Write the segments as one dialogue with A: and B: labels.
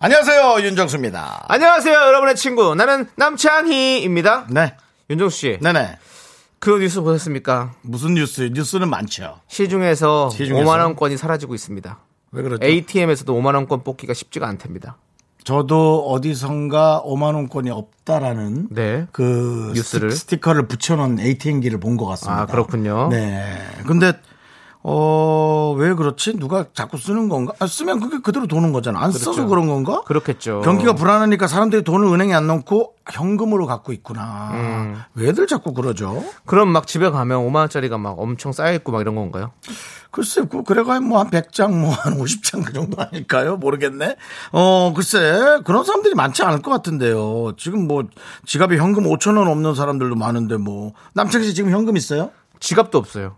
A: 안녕하세요 윤정수입니다.
B: 안녕하세요, 여러분의 친구. 나는 남창희입니다.
A: 네,
B: 윤종수 씨,
A: 네네.
B: 그 뉴스 보셨습니까?
A: 무슨 뉴스? 뉴스는 많죠.
B: 시중에서,
A: 시중에서?
B: 5만원권이 사라지고 있습니다.
A: 왜 그렇죠?
B: ATM에서도 5만원권 뽑기가 쉽지가 않답니다.
A: 저도 어디선가 5만 원권이 없다라는
B: 네.
A: 그
B: 뉴스를?
A: 스티- 스티커를 붙여놓은 ATM기를 본 것 같습니다.
B: 아, 그렇군요.
A: 네. 근데 어왜 그렇지? 누가 자꾸 쓰는 건가? 아, 쓰면 그게 그대로 도는 거잖아. 안 써서 그런 건가?
B: 그렇죠. 그렇겠죠.
A: 경기가 불안하니까 사람들이 돈을 은행에 안 넣고 현금으로 갖고 있구나.
B: 음.
A: 왜들 자꾸 그러죠?
B: 그럼 막 집에 가면 5만원짜리가 막 엄청 쌓여있고 막 이런 건가요?
A: 글쎄, 그, 그래가 뭐 한 100장, 뭐 한 50장 그 정도 아닐까요? 모르겠네. 어, 글쎄, 그런 사람들이 많지 않을 것 같은데요. 지금 뭐, 지갑에 현금 5천원 없는 사람들도 많은데 뭐. 남창희 씨 지금 현금 있어요?
B: 지갑도 없어요.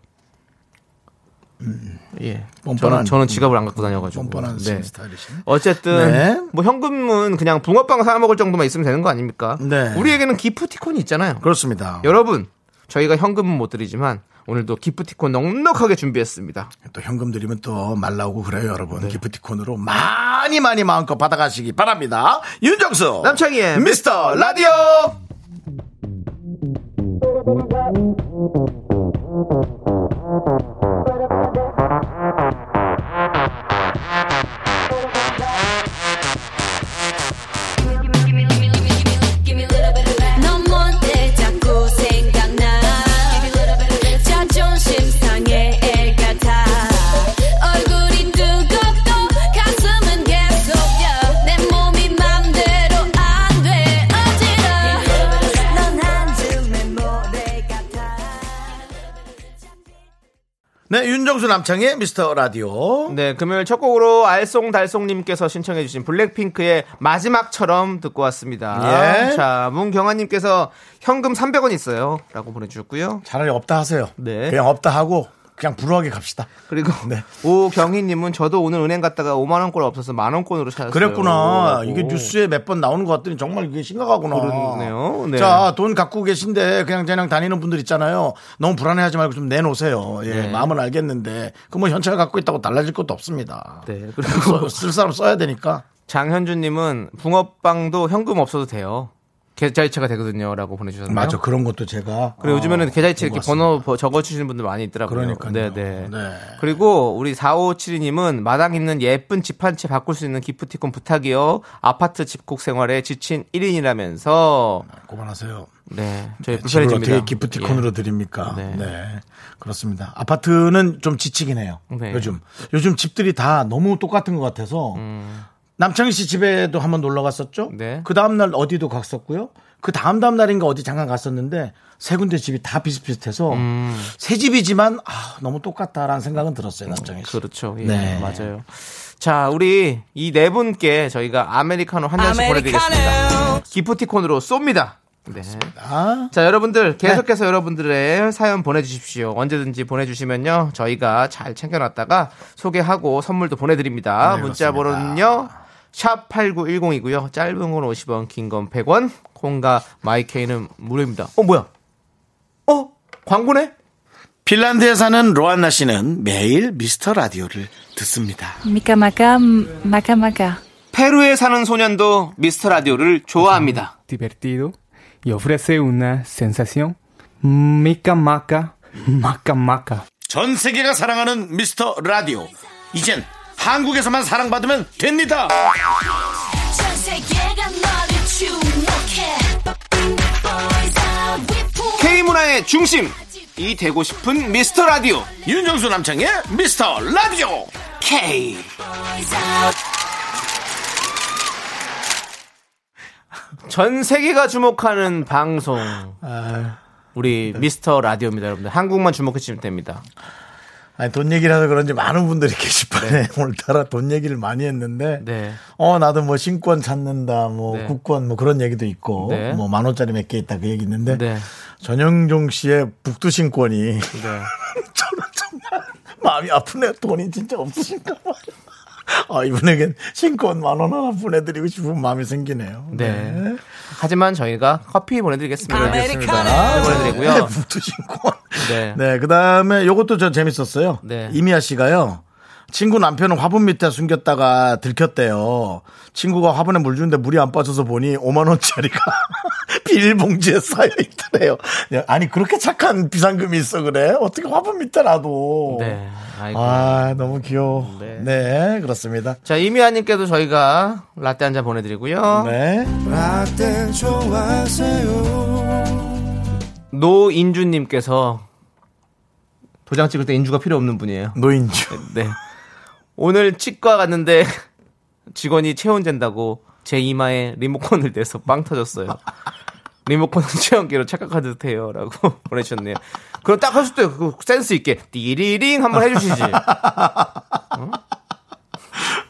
B: 예.
A: 음. 뻔뻔한- 음,
B: 저는, 저는 지갑을 안 갖고 다녀가지고.
A: 뻔뻔한
B: 네.
A: 스타일이시네.
B: 어쨌든
A: 네.
B: 뭐 현금은 그냥 붕어빵 사 먹을 정도만 있으면 되는 거 아닙니까?
A: 네.
B: 우리에게는 기프티콘이 있잖아요.
A: 그렇습니다.
B: 음. 여러분 저희가 현금은 못 드리지만 오늘도 기프티콘 넉넉하게 준비했습니다.
A: 또 현금 드리면 또 말 나오고 그래요, 여러분.
B: 네.
A: 기프티콘으로 많이 많이 마음껏 받아가시기 바랍니다. 윤정수!
B: 남창희의
A: 미스터 라디오!
C: 넌 뭔데 자꾸 생각나 자존심 상해 애가 다 얼굴이 뜨겁고 가슴은 계속 내 몸이 맘대로 안 돼 어지러 넌한 줌의 모래 같아
A: 네, 윤정수 남창희의 미스터 라디오.
B: 네 금요일 첫 곡으로 알쏭달쏭님께서 신청해주신 블랙핑크의 마지막처럼 듣고 왔습니다.
A: 예.
B: 자 문경아님께서 현금 300원 있어요라고 보내주셨고요.
A: 차라리 없다 하세요.
B: 네.
A: 그냥 없다 하고 그냥 불우하게 갑시다.
B: 그리고
A: 네.
B: 오경희님은 저도 오늘 은행 갔다가 5만 원권 없어서 만 원권으로 찾았어요.
A: 그랬구나.
B: 라고.
A: 이게 뉴스에 몇 번 나오는 것 같더니 정말 이게 심각하구나.
B: 그렇네요. 네.
A: 자, 돈 갖고 계신데 그냥 그냥 다니는 분들 있잖아요. 너무 불안해하지 말고 좀 내놓으세요. 예,
B: 네.
A: 마음은 알겠는데 그 뭐 현찰 갖고 있다고 달라질 것도 없습니다.
B: 네,
A: 써-
B: 그리고
A: 쓸 사람 써야 되니까.
B: 장현주님은 붕어빵도 현금 없어도 돼요. 계좌이체가 되거든요라고 보내주셨나요?
A: 맞아. 그런 것도 제가.
B: 그리고
A: 어,
B: 요즘에는 계좌이체 이렇게
A: 본것 같습니다.
B: 번호 버- 적어주시는 분들 많이 있더라고요.
A: 그러니까요.
B: 네네.
A: 네.
B: 그리고 우리 4572님은 마당 있는 예쁜 집 한 채 바꿀 수 있는 기프티콘 부탁이요. 아파트 집콕 생활에 지친 1인이라면서.
A: 그만하세요.
B: 네. 저희
A: 집을
B: 불편해집니다.
A: 어떻게 기프티콘으로 드립니까? 네.
B: 네.
A: 그렇습니다. 아파트는 좀 지치긴 해요.
B: 네.
A: 요즘. 요즘 집들이 다 너무 똑같은 것 같아서 남창희 씨 집에도 한번 놀러 갔었죠?
B: 음. 네.
A: 그 다음날 어디도 갔었고요. 그 다음 다음 날인가 어디 잠깐 갔었는데 세 군데 집이 다 비슷비슷해서
B: 음.
A: 새 집이지만 아, 너무 똑같다라는 생각은 들었어요, 남창희 씨.
B: 그렇죠. 예,
A: 네.
B: 맞아요. 자, 우리 이 네 분께 저희가 아메리카노 한 잔씩 보내드리겠습니다. 기프티콘으로 쏩니다. 네.
A: 아,
B: 자, 여러분들 계속해서 여러분들의 사연 보내주십시오. 언제든지 보내주시면요. 저희가 잘 챙겨놨다가 소개하고 선물도 보내드립니다.
A: 네,
B: 문자
A: 그렇습니다.
B: 번호는요. 샵 8910이고요. 짧은 건 50원, 긴 건 100원. 콩과 마이케이는 무료입니다. 어, 뭐야? 어? 광고네?
A: 핀란드에 사는 로안나 씨는 매일 미스터 라디오를 듣습니다.
D: 미카마카 마카마카
B: 페루에 사는 소년도 미스터 라디오를 좋아합니다.
E: divertido y ofrece una sensación mica maca, maca maca.
A: 전 세계가 사랑하는 미스터 라디오. 이젠 한국에서만 사랑받으면 됩니다.
C: 전 세계가 너를 주목해 Boys are with you
B: K문화의 중심 이 되고 싶은 미스터 라디오
A: 윤정수 남창의 미스터 라디오.
B: K 전 세계가 주목하는 방송
A: 아, 네.
B: 우리 미스터 라디오입니다 여러분들 한국만 주목해 주시면 됩니다
A: 아니, 돈 얘기라서 그런지 많은 분들이 게시판에 오늘따라 돈 얘기를 많이 했는데,
B: 네.
A: 어, 나도 뭐 신권 찾는다, 뭐
B: 네.
A: 국권 뭐 그런 얘기도 있고,
B: 네.
A: 뭐 만 원짜리 몇 개 있다 그 얘기 있는데,
B: 네.
A: 전영종 씨의 북두신권이
B: 네.
A: 저는 정말 마음이 아프네요. 돈이 진짜 없으신가 봐요. 아, 이분에겐 신권 만 원 하나 보내드리고 싶은 마음이 생기네요.
B: 네. 하지만 저희가 커피 보내드리겠습니다. 네,
A: 아,
B: 보내드리고요.
A: 북두신권.
B: 네.
A: 네. 그 다음에 요것도 저 재밌었어요.
B: 네.
A: 이미아 씨가요. 친구 남편은 화분 밑에 숨겼다가 들켰대요. 친구가 화분에 물 주는데 물이 안 빠져서 보니 5만원짜리가 비닐봉지에 쌓여 있더래요. 야, 아니, 그렇게 착한 비상금이 있어, 그래? 어떻게 화분 밑에라도.
B: 네. 아이고.
A: 아, 너무 귀여워.
B: 네.
A: 네, 그렇습니다.
B: 자, 이미아님께도 저희가 라떼 한 잔 보내드리고요.
A: 네.
B: 노인주님께서 도장 찍을 때 인주가 필요 없는 분이에요.
A: 노인주.
B: 네. 오늘 치과 갔는데 직원이 체온 잰다고 제 이마에 리모컨을 대서 빵 터졌어요. 리모컨은 체온계로 착각한 듯해요. 라고 보내주셨네요. 그럼 딱 하실 때 그 센스 있게 띠리링 한번 해주시지. 어?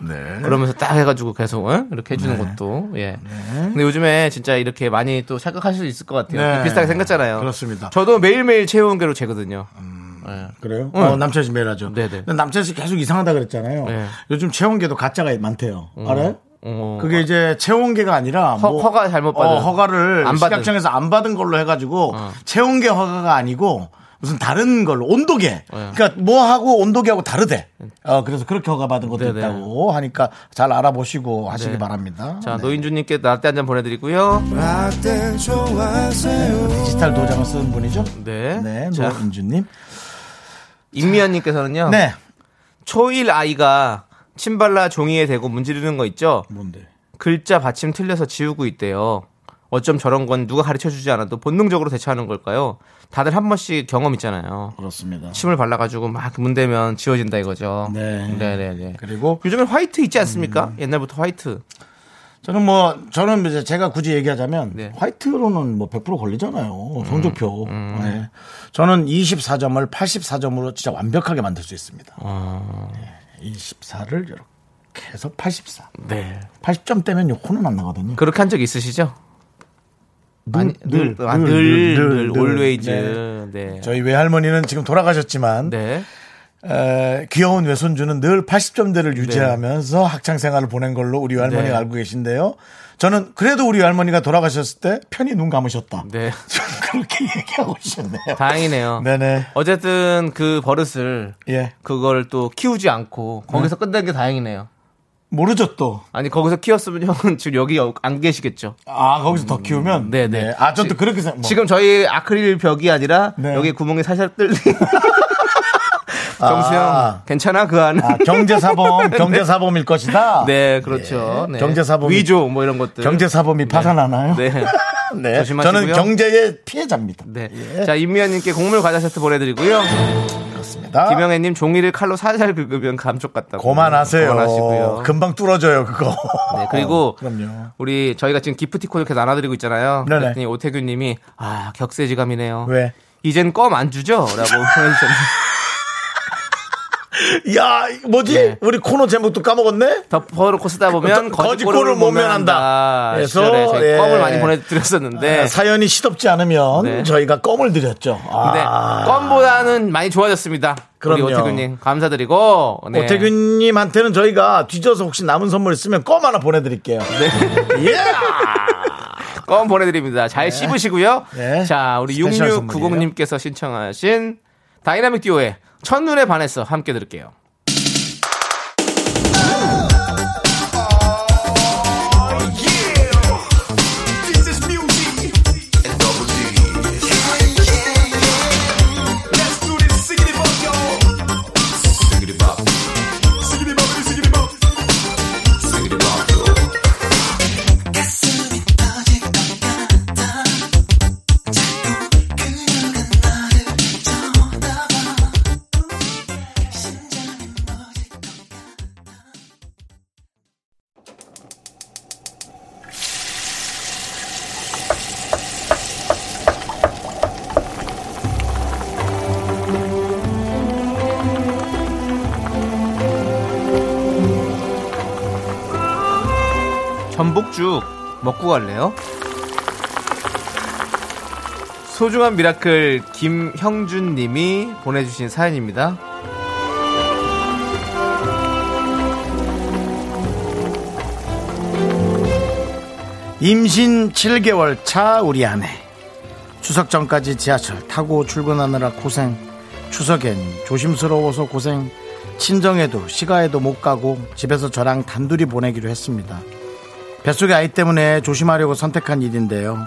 A: 네.
B: 그러면서 딱 해가지고 계속 어? 이렇게 해주는 것도 예. 근데 요즘에 진짜 이렇게 많이 또 착각하실 수 있을 것 같아요.
A: 네.
B: 비슷하게 생겼잖아요.
A: 그렇습니다.
B: 저도 매일매일 체온계로 재거든요.
A: 그래요? 어, 남철 씨 매일 하죠.
B: 네. 네네.
A: 근데 남철 씨 계속 이상하다 그랬잖아요.
B: 네.
A: 요즘 체온계도 가짜가 많대요. 알아요?
B: 어.
A: 그게 이제 체온계가 아니라
B: 허- 허가 잘못 받은.
A: 어, 허가를
B: 안 받은. 어.
A: 시각청에서 안 받은 걸로 해가지고 체온계 허가가 아니고 무슨 다른 걸로 온도계.
B: 네.
A: 그러니까 뭐 하고 온도계하고 다르대. 어, 그래서 그렇게 허가 받은 것도
B: 네네.
A: 있다고 하니까 잘 알아보시고 하시기
B: 네.
A: 바랍니다.
B: 자
A: 네.
B: 노인주님께 라떼 한 잔 보내드리고요.
A: 디지털 도장을 쓰는 분이죠?
B: 네.
A: 네,
B: 자. 음.
A: 노인주님.
B: 임미연님께서는요.
A: 네.
B: 초일 아이가 침발라 종이에 대고 문지르는 거 있죠.
A: 뭔데?
B: 글자 받침 틀려서 지우고 있대요. 어쩜 저런 건 누가 가르쳐 주지 않아도 본능적으로 대처하는 걸까요? 다들 한 번씩 경험 있잖아요.
A: 그렇습니다.
B: 침을 발라가지고 막 문대면 지워진다 이거죠.
A: 네.
B: 네네 음.
A: 그리고
B: 요즘에 화이트 있지 않습니까? 옛날부터 화이트.
A: 저는 뭐 저는 이제 제가 굳이 얘기하자면
B: 네. 음,
A: 화이트로는 뭐 100% 걸리잖아요 성적표. 네. 저는 24점을 84점으로 진짜 완벽하게 만들 수 있습니다.
B: 아.
A: 네. 24를 이렇게 해서 84.
B: 네.
A: 80점 되면 혼은 안 나거든요.
B: 그렇게 한 적 있으시죠? 아니, 늘, 늘, 아, 늘, 늘, always. 네. 네.
A: 저희 외할머니는 지금 돌아가셨지만 에, 귀여운 외손주는 늘 80점대를 유지하면서 학창 생활을 보낸 걸로 우리 할머니가
B: 네.
A: 알고 계신데요. 저는 그래도 우리 할머니가 돌아가셨을 때 편히 눈 감으셨다.
B: 네.
A: 저는 그렇게 얘기하고 싶네요.
B: 다행이네요.
A: 네네.
B: 어쨌든 그 버릇을
A: 예.
B: 그걸 또 키우지 않고 거기서 끝낸 게 다행이네요.
A: 모르죠 또.
B: 아니 거기서 키웠으면 형은 지금 여기 어, 안 계시겠죠.
A: 아 거기서 더 키우면.
B: 음, 네네.
A: 아 저 또 그렇게 생각. 뭐.
B: 지금 저희 아크릴 벽이 아니라
A: 네.
B: 여기 구멍이 살살 뚫린. 정수형
A: 아.
B: 괜찮아 그 안에.
A: 아, 경제사범 경제사범일 것이다.
B: 네 그렇죠.
A: 예.
B: 네.
A: 경제사범이-
B: 위조 뭐 이런 것들.
A: 경제사범이 파산하나요?
B: 네.
A: 네.
B: 조심하시고요.
A: 저는 경제의 피해자입니다.
B: 네.
A: 예.
B: 자 임미연님께 곡물 과자 세트 보내드리고요.
A: 그렇습니다.
B: 김영애님 종이를 칼로 살살 긁으면 감쪽 같다고.
A: 고만하세요.
B: 고만하시고요.
A: 금방 뚫어져요 그거.
B: 네, 그리고
A: 그럼요.
B: 우리 저희가 지금 기프티콘 이렇게 나눠드리고 있잖아요.
A: 네네.
B: 그랬더니 오태규님이 아 격세지감이네요.
A: 왜?
B: 이젠 껌 안 주죠?라고 보내주셨는데
A: 야, 뭐지?
B: 네.
A: 우리 코너 제목도 까먹었네?
B: 덮어놓고 쓰다 보면
A: 거-
B: 거짓골을, 못 면한다.
A: 그래서,
B: 시절에 저희
A: 예.
B: 껌을 많이 보내드렸었는데
A: 아, 사연이 시덥지 않으면
B: 네.
A: 저희가 껌을 드렸죠.
B: 근데
A: 아.
B: 껌보다는 많이 좋아졌습니다.
A: 그럼요.
B: 우리 오태규님 감사드리고 네.
A: 오태균님한테는 저희가 뒤져서 혹시 남은 선물 있으면 껌 하나 보내드릴게요.
B: 네.
A: 예!
B: 껌 보내드립니다. 잘 씹으시고요.
A: 네.
B: 자, 우리
A: 스페셜 선물이에요.
B: 6690님께서 신청하신 다이나믹 듀오의 첫눈에 반해서 함께 들을게요. 전복죽 먹고 갈래요? 소중한 미라클 김형준 님이 보내주신 사연입니다.
A: 임신 7개월 차 우리 아내. 추석 전까지 지하철 타고 출근하느라 고생. 추석엔 조심스러워서 고생. 친정에도 시가에도 못 가고 집에서 저랑 단둘이 보내기로 했습니다. 뱃속의 아이 때문에 조심하려고 선택한 일인데요.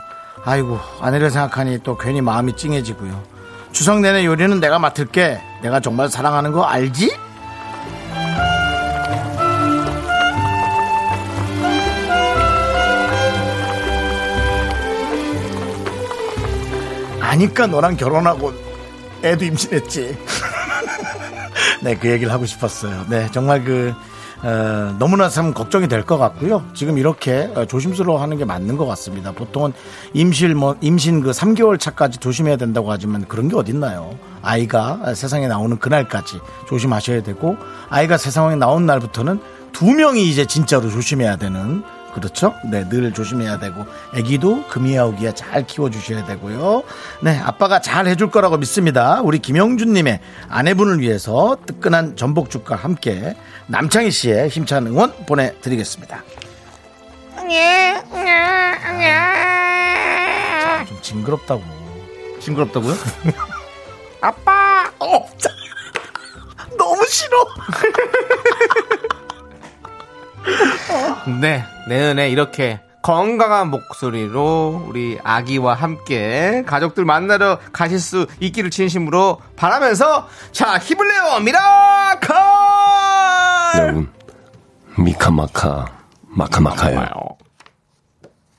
A: 아이고, 아내를 생각하니 또 괜히 마음이 찡해지고요. 추석 내내 요리는 내가 맡을게. 내가 정말 사랑하는 거 알지? 아니까 너랑 결혼하고 애도 임신했지. 네, 그 얘기를 하고 싶었어요. 네, 정말 그, 어, 너무나 참 걱정이 될 것 같고요. 지금 이렇게 어, 조심스러워 하는 게 맞는 것 같습니다. 보통은 임신, 뭐, 임신 그 3개월 차까지 조심해야 된다고 하지만 그런 게 어딨나요? 아이가 세상에 나오는 그날까지 조심하셔야 되고, 아이가 세상에 나온 날부터는 두 명이 이제 진짜로 조심해야 되는 그렇죠? 네, 늘 조심해야 되고 아기도 금이야 오기야 잘 키워주셔야 되고요. 네, 아빠가 잘 해줄 거라고 믿습니다. 우리 김영준님의 아내분을 위해서 뜨끈한 전복죽과 함께 남창희 씨의 힘찬 응원 보내드리겠습니다. 네, 자, 좀 징그럽다고. 징그럽다고요? 아빠. 어, 자, 너무 싫어.
B: 네, 내년에 이렇게 건강한 목소리로 우리 아기와 함께 가족들 만나러 가실 수 있기를 진심으로 바라면서 자 힘을 내요 미라클
F: 여러분 미카마카 마카마카요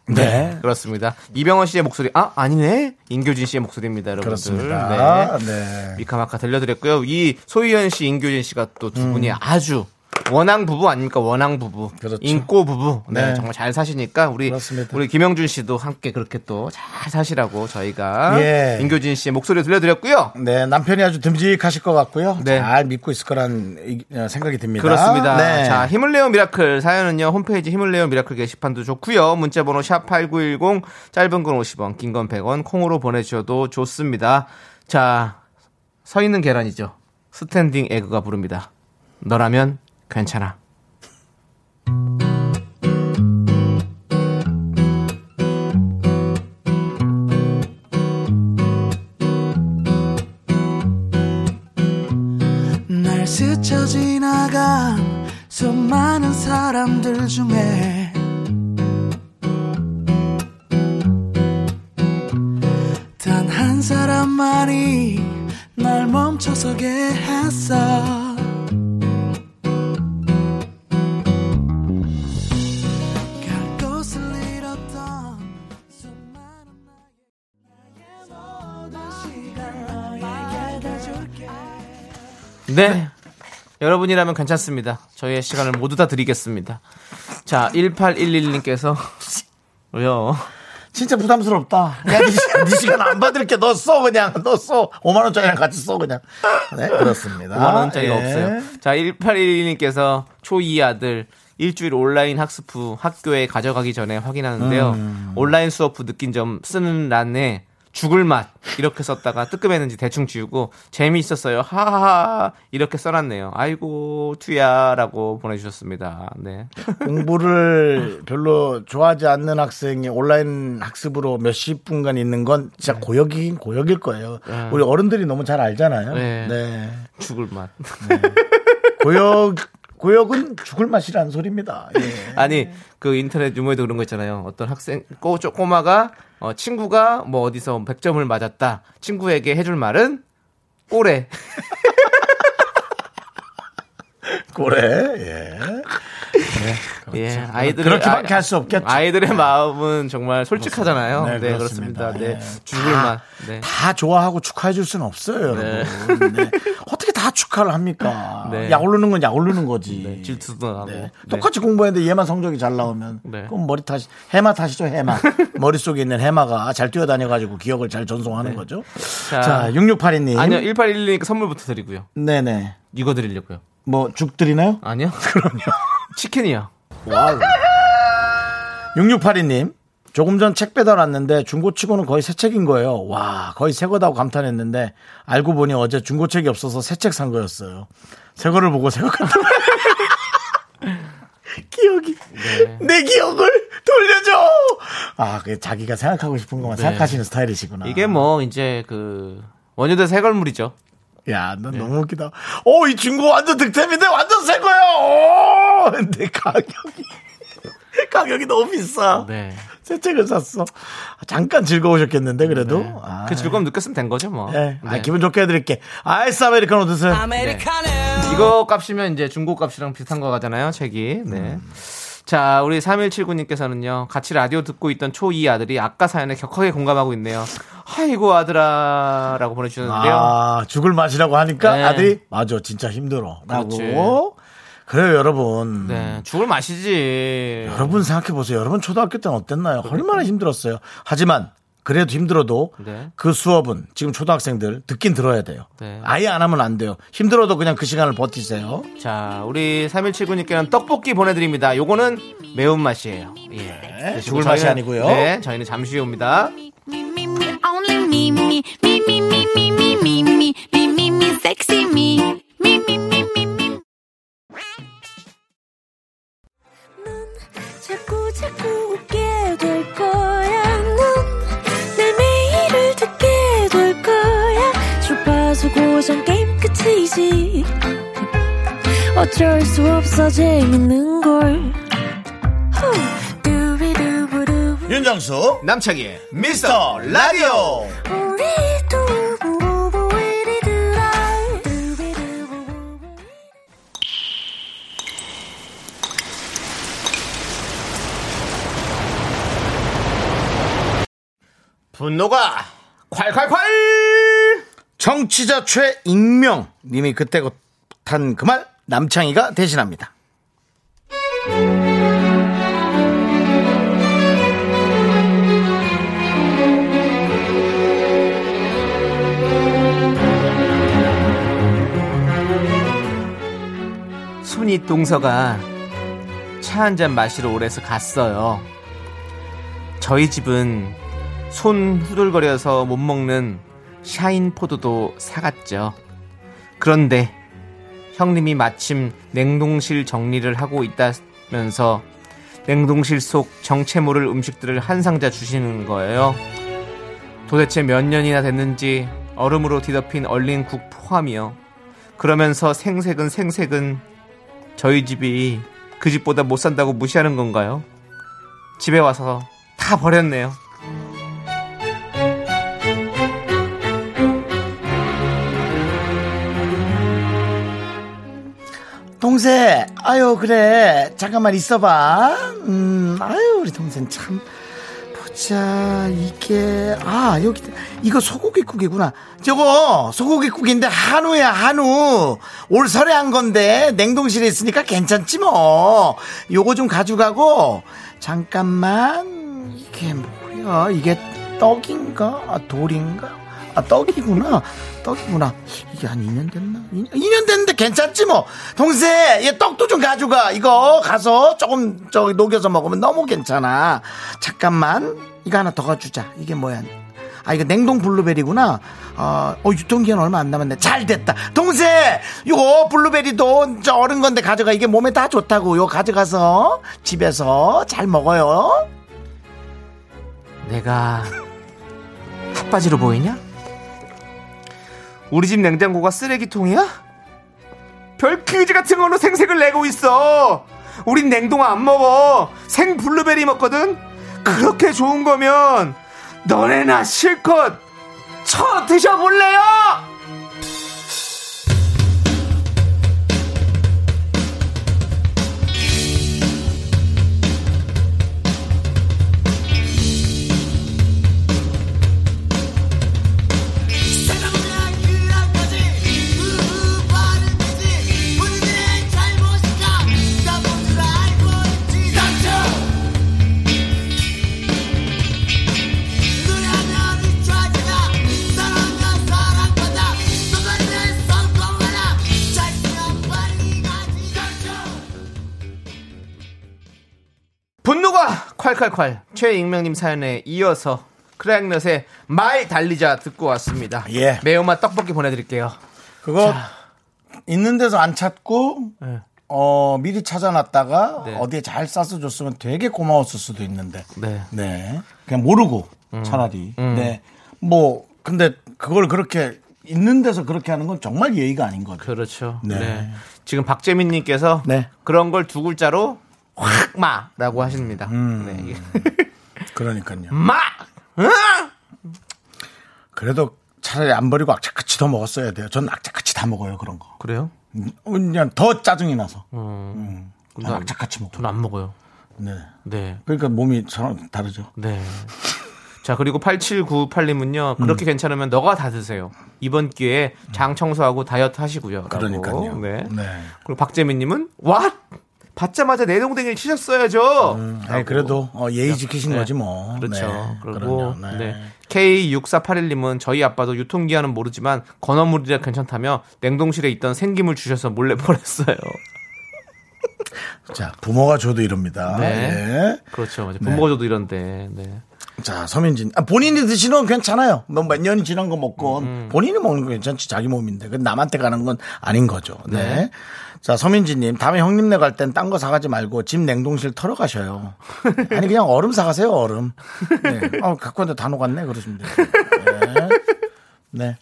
A: 네.
B: 그렇습니다 이병헌 씨의 목소리 아 아니네 임교진 씨의 목소리입니다 여러분들
A: 그렇습니다.
B: 네.
A: 네.
B: 미카마카 들려드렸고요 이 소희연 씨 임교진 씨가 또 두 분이 아주 원앙 부부 아닙니까 원앙 부부
A: 음. 그렇죠.
B: 인꼬 부부 네,
A: 네.
B: 정말 잘 사시니까 우리
A: 그렇습니다.
B: 우리 김영준 씨도 함께 그렇게 또 잘 사시라고 저희가
A: 예.
B: 임교진 씨의 목소리 들려드렸고요.
A: 네, 남편이 아주 듬직하실 것 같고요.
B: 네.
A: 잘 믿고 있을 거란 이- 어, 생각이 듭니다.
B: 그렇습니다.
A: 네.
B: 자, 힘을 내요 미라클 사연은요. 홈페이지 힘을 내요 미라클 게시판도 좋고요. 문자 번호 샵 8910 짧은 건 50원, 긴 건 100원 콩으로 보내 주셔도 좋습니다. 자, 서 있는 계란이죠. 스탠딩 에그가 부릅니다. 너라면 괜찮아.
G: 날 스쳐 지나간 수많은 사람들 중에 단 한 사람만이 날 멈춰서게 했어 갈 곳을 잃었던 수많은 나의 모든 시간 너에게 다 줄게
B: 네. 여러분이라면 괜찮습니다. 저희의 시간을 모두 다 드리겠습니다. 자, 1811님께서 왜요?
A: 진짜 부담스럽다. 야, 니 시간, 네 시간 안 받을게. 너 써, 그냥. 너 써. 5만원짜리랑 같이 써, 그냥. 네, 그렇습니다.
B: 5만 원짜리가
A: 예.
B: 없어요. 자, 1811님께서 초2 아들 일주일 온라인 학습 후 학교에 가져가기 전에 확인하는데요.
A: 음.
B: 온라인 수업 후 느낀 점 쓰는 란에 죽을 맛 이렇게 썼다가 뜨끔했는지 대충 지우고 재미있었어요. 하하하 이렇게 써놨네요. 아이고 투야라고 보내주셨습니다. 네.
A: 공부를 별로 좋아하지 않는 학생이 온라인 학습으로 몇십 분간 있는 건 진짜
B: 네.
A: 고역이긴 고역일 거예요. 우리 어른들이 너무 잘 알잖아요.
B: 네.
A: 네.
B: 죽을 맛.
A: 고역, 고역은 죽을 맛이라는 소리입니다. 예.
B: 아니 그 인터넷 유머에도 그런 거 있잖아요. 어떤 학생 꼬 쪼- 꼬마가 어, 친구가 뭐 어디서 100점을 맞았다. 친구에게 해줄 말은 꼬래.
A: 고래. 예.
B: 예, 아이들
A: 그렇죠. 뭐 그렇게밖에 할수 없겠죠. 네.
B: 아이들의 마음은 정말
A: 어,
B: 솔직하잖아요. 네, 그렇습니다. 네, 죽을
A: 다,
B: 맛. 네.
A: 다 좋아하고 축하해 줄 수는 없어요, 여러분. 네. 어떻게 다 축하를 합니까?
B: 네.
A: 약 오르는 건 약 오르는 거지.
B: 네, 질투도 나고.
A: 네.
B: 네.
A: 똑같이 공부했는데 얘만 성적이 잘 나오면
B: 네.
A: 그럼 머리 탓이 해마 탓이죠 해마 머릿속에 있는 해마가 잘 뛰어다녀가지고 기억을 잘 전송하는 거죠
B: 자.
A: 자 6682님
B: 네. 아. 아니요, 1811니까 선물부터 드리고요.
A: 네네
B: 이거 드리려고요.
A: 뭐 죽 드리나요?
B: 아니요. 그럼요. 치킨이요.
A: 와우 6682님. 조금 전 책 배달 왔는데 중고치고는 거의 새 책인 거예요. 와, 거의 새 거다고 감탄했는데 알고 보니 어제 중고책이 없어서 새 책 산 거였어요. 새 거를 보고 새 거 같다. 기억이
B: 네.
A: 내 기억을 돌려줘. 아, 그 자기가 생각하고 싶은 것만 생각하시는 스타일이시구나.
B: 네. 이게 뭐 이제 그 원효대 세걸물이죠.
A: 야, 너
B: 네.
A: 너무 웃기다. 오, 이 중고 완전 득템인데 완전 새 거야. 오, 근데 가격이 가격이 너무 비싸.
B: 네.
A: 새 책을 샀어. 잠깐 즐거우셨겠는데 그래도. 아,
B: 그 즐거움 느꼈으면 된 거죠 뭐.
A: 예. 아,
B: 네.
A: 기분 좋게 해드릴게. 아이스 아메리카노 드세요.
B: 이거 값이면 이제 중고 값이랑 비슷한 거 가잖아요, 책이. 네.
A: 음.
B: 자, 우리 3179님께서는요, 같이 라디오 듣고 있던 초2 아들이 아까 사연에 격하게 공감하고 있네요. 아이고, 아들아. 라고 보내주셨는데요.
A: 아, 죽을 맛이라고 하니까
B: 네.
A: 아들이 맞아, 진짜 힘들어.
B: 그렇지.
A: 라고. 그래요, 여러분.
B: 네. 죽을 마시지.
A: 여러분 생각해 보세요. 여러분 초등학교 때는 어땠나요?
B: 그러니까.
A: 얼마나 힘들었어요. 하지만 그래도 힘들어도
B: 네.
A: 그 수업은 지금 초등학생들 듣긴 들어야 돼요.
B: 네.
A: 아예 안 하면 안 돼요. 힘들어도 그냥 그 시간을 버티세요.
B: 자, 우리 3179님께는 떡볶이 보내드립니다. 요거는 매운맛이에요. 예. 드시고
A: 네, 죽을 맛이
B: 저희는-
A: 아니고요.
B: 네. 저희는 잠시 후에 옵니다.
C: Me, me, me, only me, me, me, me, me, me, me, me, me, me, me, me, sexy me. Me, me, me, me, me. 넌 자꾸, 자꾸 웃게 될 거야. 넌내 매일을 듣게 될 거야. 주파수 고정 게임 끝이지. 어쩔 수 없어 재밌는 걸. 후. 두비두부두.
A: 윤정수
B: 남창희의
A: 미스터 라디오
B: 분노가 콸콸콸!
A: 정치자 최익명 님이 그때 못한 그 말 남창희가 대신합니다.
B: 순이 동서가 차 한 잔 마시러 오래서 갔어요. 저희 집은 손 후들거려서 못 먹는 샤인 포도도 사갔죠. 그런데 형님이 마침 냉동실 정리를 하고 있다면서 냉동실 속 정체 모를 음식들을 한 상자 주시는 거예요. 도대체 몇 년이나 됐는지 얼음으로 뒤덮인 얼린 국 포함이요. 그러면서 생색은 생색은 저희 집이 그 집보다 못 산다고 무시하는 건가요? 집에 와서 다 버렸네요.
A: 동생, 아유, 그래. 잠깐만 있어봐. 음, 아유, 우리 동생 참. 보자, 이게. 아, 여기, 이거 소고기국이구나. 저거, 소고기국인데 한우야, 한우. 올 설에 한 건데, 냉동실에 있으니까 괜찮지 뭐. 요거 좀 가져가고, 잠깐만, 이게 뭐야. 이게 떡인가? 아, 돌인가? 아, 떡이구나. 떡이구나. 이게 한 2년 됐나? 2년, 2년 됐는데 괜찮지 뭐. 동생, 얘 떡도 좀 가져가. 이거 가서 조금 저기 녹여서 먹으면 너무 괜찮아. 잠깐만. 이거 하나 더 가주자. 이게 뭐야? 아, 이거 냉동 블루베리구나. 아, 어, 유통기한 얼마 안 남았네. 잘 됐다. 동생! 요거 블루베리도 저 어른 건데 가져가. 이게 몸에 다 좋다고. 요 가져가서 집에서 잘 먹어요.
B: 내가 핫바지로 보이냐? 우리 집 냉장고가 쓰레기통이야? 별 퀴즈 같은 걸로 생색을 내고 있어. 우린 냉동 안 먹어. 생 블루베리 먹거든. 그렇게 좋은 거면 너네나 실컷 쳐 드셔볼래요?
G: 사랑과 사랑과 다
B: 콸콸콸 최익명님 사연에 이어서 크랙넛의 말 달리자 듣고 왔습니다.
A: 예.
B: 매운맛 떡볶이 보내드릴게요.
A: 그거 있는 데서 안 찾고 어 미리 찾아놨다가
B: 네.
A: 어디에 잘 싸서 줬으면 되게 고마웠을 수도 있는데
B: 네. 음.
A: 네. 그냥 모르고 차라리 네. 네뭐 근데 그걸 그렇게 있는 데서 그렇게 하는 건 정말 예의가 아닌 거죠.
B: 그렇죠.
A: 네.
B: 네. 지금 박재민님께서
A: 네.
B: 그런 걸 두 글자로 확 마라고 하십니다.
A: 음.
B: 네.
A: 그러니까요.
B: 마
A: 그래도 차라리 안 버리고 악착같이 더 먹었어야 돼요. 전 악착같이 다 먹어요 그런 거.
B: 그래요?
A: 음, 그냥 더 짜증이 나서
B: 음. 그럼
A: 전
B: 난-
A: 악착같이 먹고.
B: 저는 안 먹어요.
A: 네.
B: 네.
A: 그러니까 몸이 서로 다르죠.
B: 네. 자, 그리고 8798님은요,
A: 음.
B: 그렇게 괜찮으면 너가 다 드세요. 이번 기회에 장 청소하고 다이어트 하시고요. 라고.
A: 그러니까요.
B: 네.
A: 네.
B: 그리고 박재민님은, 왓! 받자마자 내 동댕이를 치셨어야죠!
A: 아니, 그래도 어, 예의 지키신 거지 뭐.
B: 그렇죠.
A: 네,
B: 그리고
A: 그럼요. 네.
B: 네. K6481님은 저희 아빠도 유통기한은 모르지만 건어물이라 괜찮다며 냉동실에 있던 생김을 주셔서 몰래 버렸어요.
A: 자 부모가 줘도 이럽니다.
B: 네.
A: 예.
B: 그렇죠. 맞아.
A: 네.
B: 부모가 저도 이런데. 네.
A: 자 서민진 아, 본인이 드시는 건 괜찮아요. 뭐 몇 년이 지난 거 먹고
B: 음,
A: 본인이 먹는 건 괜찮지 자기 몸인데 그 남한테 가는 건 아닌 거죠. 네. 자 서민진님 다음에 형님네 갈 땐 딴 거 사가지 말고 집 냉동실 털어 가셔요. 아니 그냥 얼음 사가세요 얼음. 네. 아 갖고 왔는데 다 녹았네 그러시면 돼요. 네. 네.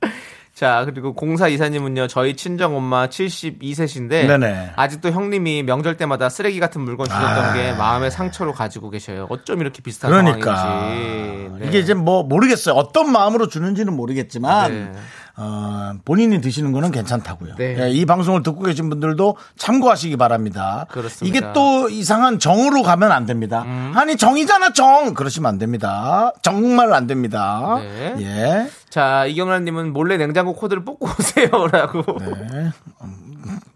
B: 자, 그리고 공사 이사님은요, 저희 친정 엄마 72세신데,
A: 네네.
B: 아직도 형님이 명절 때마다 쓰레기 같은 물건 주셨던
A: 아.
B: 게 마음의 상처로 가지고 계셔요. 어쩜 이렇게 비슷한
A: 그러니까
B: 상황인지. 네.
A: 이게 이제 뭐 모르겠어요. 어떤 마음으로 주는지는 모르겠지만
B: 네.
A: 어, 본인이 드시는 거는 괜찮다고요.
B: 네.
A: 예, 이 방송을 듣고 계신 분들도 참고하시기 바랍니다.
B: 그렇습니다. 음.
A: 이게 또 이상한 정으로 가면 안 됩니다. 아니 정이잖아 정 그러시면 안 됩니다. 정말 안 됩니다.
B: 네.
A: 예.
B: 자, 이경란님은 몰래 냉장고 코드를 뽑고
A: 네.
B: 오세요라고.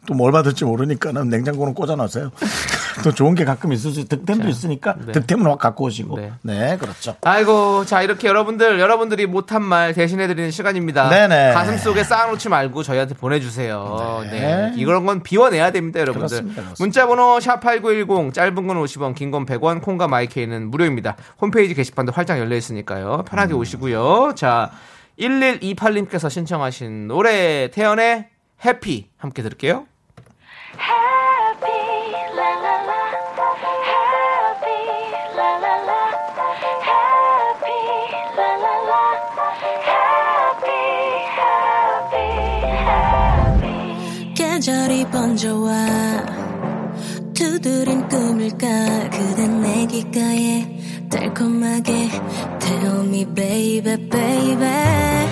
A: 또 뭘 받을지 모르니까는 냉장고는 꽂아놓으세요. 또 좋은 게 가끔 있을 수 있, 득템도 있으니까 득템은 확 갖고 오시고.
B: 네.
A: 네 그렇죠.
B: 아이고, 자, 이렇게 여러분들, 여러분들이 못한 말 대신해드리는 시간입니다.
A: 네네.
B: 가슴 속에 쌓아놓지 말고 저희한테 보내주세요.
A: 네.
B: 네. 이런 건 비워내야 됩니다, 여러분들.
A: 그렇습니다, 그렇습니다.
B: 문자번호 샵8910, 짧은 건 50원, 긴 건 100원, 콩과 마이케이는 무료입니다. 홈페이지 게시판도 활짝 열려있으니까요. 편하게 오시고요. 자, 1128님께서 신청하신 노래, 태연의 해피, 함께 들을게요.
C: 계절이 번져와 두드린 꿈을까 그댄 내 귓가에 달콤하게 Tell me baby baby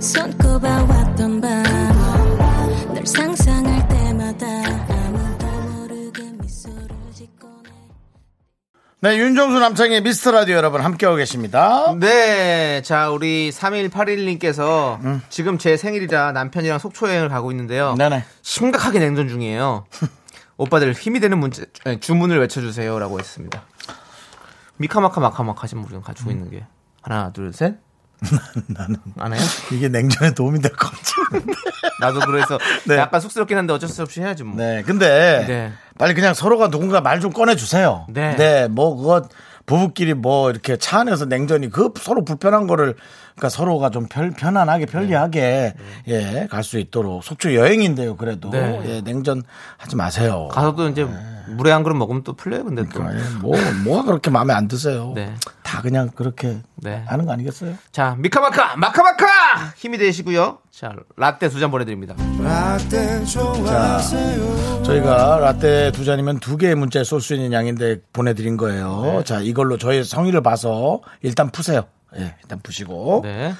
C: 손꼽아 왔던 밤 널 상상할 때마다 아무도 모르게 미소를 짓고
A: 네 윤정수 남창의 미스터 라디오 여러분 함께하고 계십니다.
B: 네, 자 우리 3181님께서 지금 제 생일이라 남편이랑 속초 여행을 가고 있는데요.
A: 네네.
B: 심각하게 냉전 중이에요. 오빠들 힘이 되는 문자, 아니, 주문을 외쳐주세요라고 했습니다. 미카마카 마카마카 하신 분이 가지고 있는 게 하나 둘 셋.
A: 음. 나는
B: 안 해요?
A: 이게 냉전에 도움이 될 것 같아요.
B: 나도 그래서
A: 네.
B: 약간 쑥스럽긴 한데 어쩔 수 없이 해야지 뭐.
A: 네, 근데
B: 네.
A: 빨리 그냥 서로가 누군가 말 좀 꺼내 주세요.
B: 네.
A: 뭐 그거 부부끼리 뭐 이렇게 차 안에서 냉전이 그 서로 불편한 거를 그러니까 서로가 좀 편, 편안하게 편리하게 예, 갈 수 있도록 속초 여행인데요. 그래도
B: 네.
A: 예, 냉전 하지 마세요.
B: 가서도 이제
A: 네.
B: 물에 한 그릇 먹으면 또 풀려요, 근데 또.
A: 아니, 뭐 뭐가 그렇게 마음에 안 드세요.
B: 네.
A: 다 그냥 그렇게
B: 네.
A: 하는 거 아니겠어요?
B: 자 미카마카 마카마카 힘이 되시고요. 자 라떼 두 잔 보내드립니다.
A: 저희가 라떼 두 잔이면 두 개의 문자에 쏠 수 있는 양인데 보내드린 거예요. 자, 이걸로 저희 성의를 봐서 일단 푸세요. 예, 일단 푸시고.
B: 네.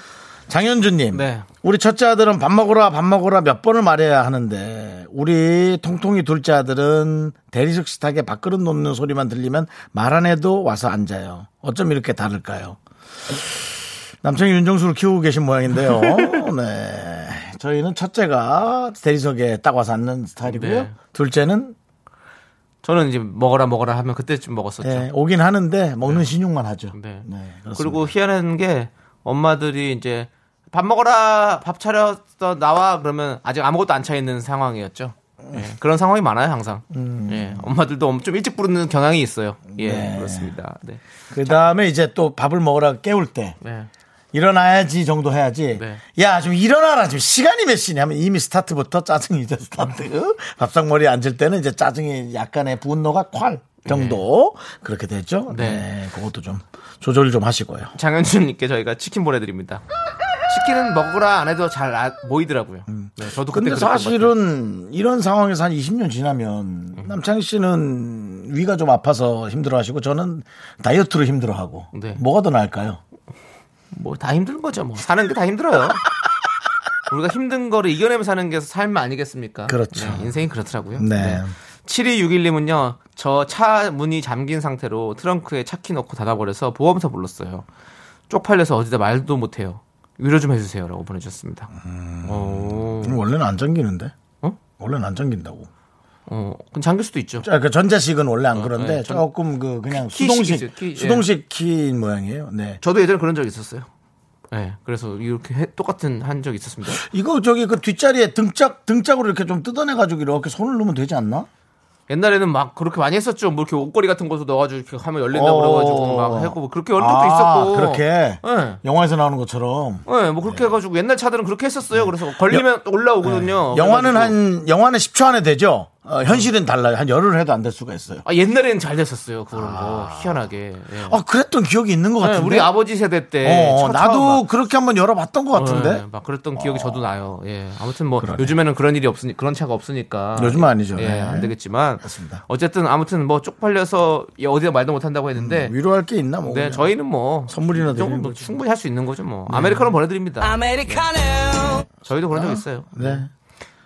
A: 장현주님.
B: 네.
A: 우리 첫째 아들은 밥 먹어라, 밥 먹어라 몇 번을 말해야 하는데, 우리 통통이 둘째 아들은 대리석 식탁에 밥그릇 놓는 소리만 들리면 말 안 해도 와서 앉아요. 어쩜 이렇게 다를까요? 남청이 윤정수를 키우고 계신 모양인데요. 네. 저희는 첫째가 대리석에 딱 와서 앉는 스타일이고요.
B: 네.
A: 둘째는
B: 저는 이제 먹어라 먹어라 하면 그때쯤 먹었었죠.
A: 예, 오긴 하는데 먹는 신용만 하죠.
B: 그렇죠. 네.
A: 그렇습니다.
B: 그리고 희한한 게 엄마들이 이제 밥 먹어라 밥 차려서 나와 그러면 아직 아무것도 안 차 있는 상황이었죠. 예, 그런 상황이 많아요 항상.
A: 음.
B: 예, 엄마들도 엄- 좀 일찍 부르는 경향이 있어요. 예, 그렇습니다. 네.
A: 그 다음에 이제 또 밥을 먹으라 깨울 때
B: 네.
A: 일어나야지 정도 해야지.
B: 네.
A: 야 좀 일어나라 지금 시간이 몇 시냐 하면 이미 스타트부터 짜증이 이제 스타트. 밥상머리에 앉을 때는 이제 짜증이 약간의 분노가 콸 정도 그렇게 되죠. 네.
B: 네.
A: 그것도 좀 조절 좀 하시고요.
B: 장현준님께 저희가 치킨 보내드립니다. 치킨은 먹으라 안 해도 잘 아- 모이더라고요. 네, 저도 그때
A: 음. 근데
B: 그랬던 것 같아요.
A: 사실은 이런 상황에서 한 20년 지나면
B: 음.
A: 남창희 씨는 위가 좀 아파서 힘들어하시고 저는 다이어트로 힘들어하고
B: 네.
A: 뭐가 더 나을까요?
B: 뭐다 힘든 거죠. 뭐 사는 게 다 힘들어요. 우리가 힘든 거를 이겨내면 사는 게 삶 아니겠습니까?
A: 그렇죠.
B: 네, 인생이 그렇더라고요.
A: 네.
B: 7261님은요, 저 차 문이 잠긴 상태로 트렁크에 차 키 넣고 닫아버려서 보험사 불렀어요. 쪽팔려서 어디다 말도 못해요. 위로 좀 해주세요. 라고 보내주셨습니다.
A: 음.
B: 어,
A: 원래는 안 잠기는데.
B: 어?
A: 원래는 안 잠긴다고.
B: 어, 그럼 잠길 수도 있죠.
A: 자, 그 전자식은 원래 안 그런데
B: 네, 전-
A: 조금 그 그냥
B: 키식이죠,
A: 수동식
B: 키, 예.
A: 수동식 키인 모양이에요. 네.
B: 저도 예전에 그런 적이 있었어요. 예, 그래서 이렇게 해- 똑같은 한 적이 있었습니다.
A: 이거 저기 그 뒷자리에 등짝 등짝으로 이렇게 좀 뜯어내 가지고 이렇게 손을 넣으면 되지 않나?
B: 옛날에는 막 그렇게 많이 했었죠. 뭐 이렇게 옷걸이 같은 것도 넣어가지고 이렇게 하면 열린다고
A: 어.
B: 그래가지고 막 했고, 뭐 그렇게 하는 것도
A: 아,
B: 있었고.
A: 그렇게
B: 예.
A: 영화에서 나오는 것처럼
B: 예, 뭐 그렇게 해가지고 옛날 차들은 그렇게 했었어요. 그래서 걸리면 올라오거든요.
A: 음. 예. 영화는
B: 그래가지고.
A: 한 영화는 10초 안에 되죠. 어, 현실은 달라요. 한 열흘 해도 안 될 수가 있어요.
B: 아, 옛날에는 잘 됐었어요. 그런 거. 희한하게. 예.
A: 아, 그랬던 기억이 있는 것
B: 예,
A: 같은데.
B: 우리 아버지 세대 때.
A: 어,
B: 차
A: 나도
B: 막-
A: 그렇게 한번 열어봤던 것 같은데. 어.
B: 예, 막 그랬던 기억이 저도 나요. 예. 아무튼 뭐 요즘에는 그런 일이 없으니 그런 차가 없으니까.
A: 요즘은 아니죠.
B: 예,
A: 네.
B: 안 되겠지만.
A: 그렇습니다.
B: 어쨌든 아무튼 뭐 쪽팔려서 어디다 말도 못 한다고 했는데
A: 위로할 게 있나 뭐.
B: 네,
A: 그냥.
B: 저희는 뭐
A: 선물이나
B: 이 정도면
A: 드리는 거죠. 네.
B: 충분히 할 수 있는 거죠, 뭐. 아메리카노 보내 드립니다.
G: 아메리카노
B: 저희도 그런 적 있어요.
A: 네.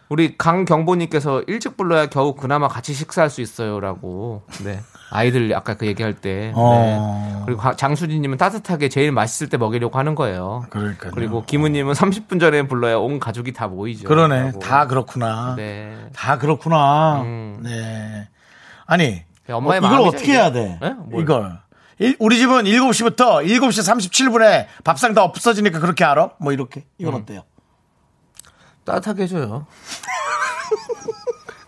B: 우리 강경보님께서 일찍 불러야 겨우 그나마 같이 식사할 수 있어요라고. 네. 아이들 아까 그 얘기할 때.
A: 어.
B: 네. 그리고 가- 장수진님은 따뜻하게 제일 맛있을 때 먹이려고 하는 거예요.
A: 그러니까요.
B: 그리고 김우님은 30분 전에 불러야 온 가족이 다 모이죠.
A: 그러네.
B: 라고.
A: 다 그렇구나.
B: 네.
A: 다 그렇구나.
B: 음.
A: 네. 아니,
B: 엄마의
A: 어, 이걸
B: 마음이죠,
A: 어떻게
B: 이게.
A: 해야 돼?
B: 네? 뭘?
A: 이걸. 일- 우리 집은 7시부터 7시 37분에 밥상 다 없어지니까 그렇게 알아? 뭐 이렇게. 이건
B: 음.
A: 어때요?
B: 따뜻하게 해줘요.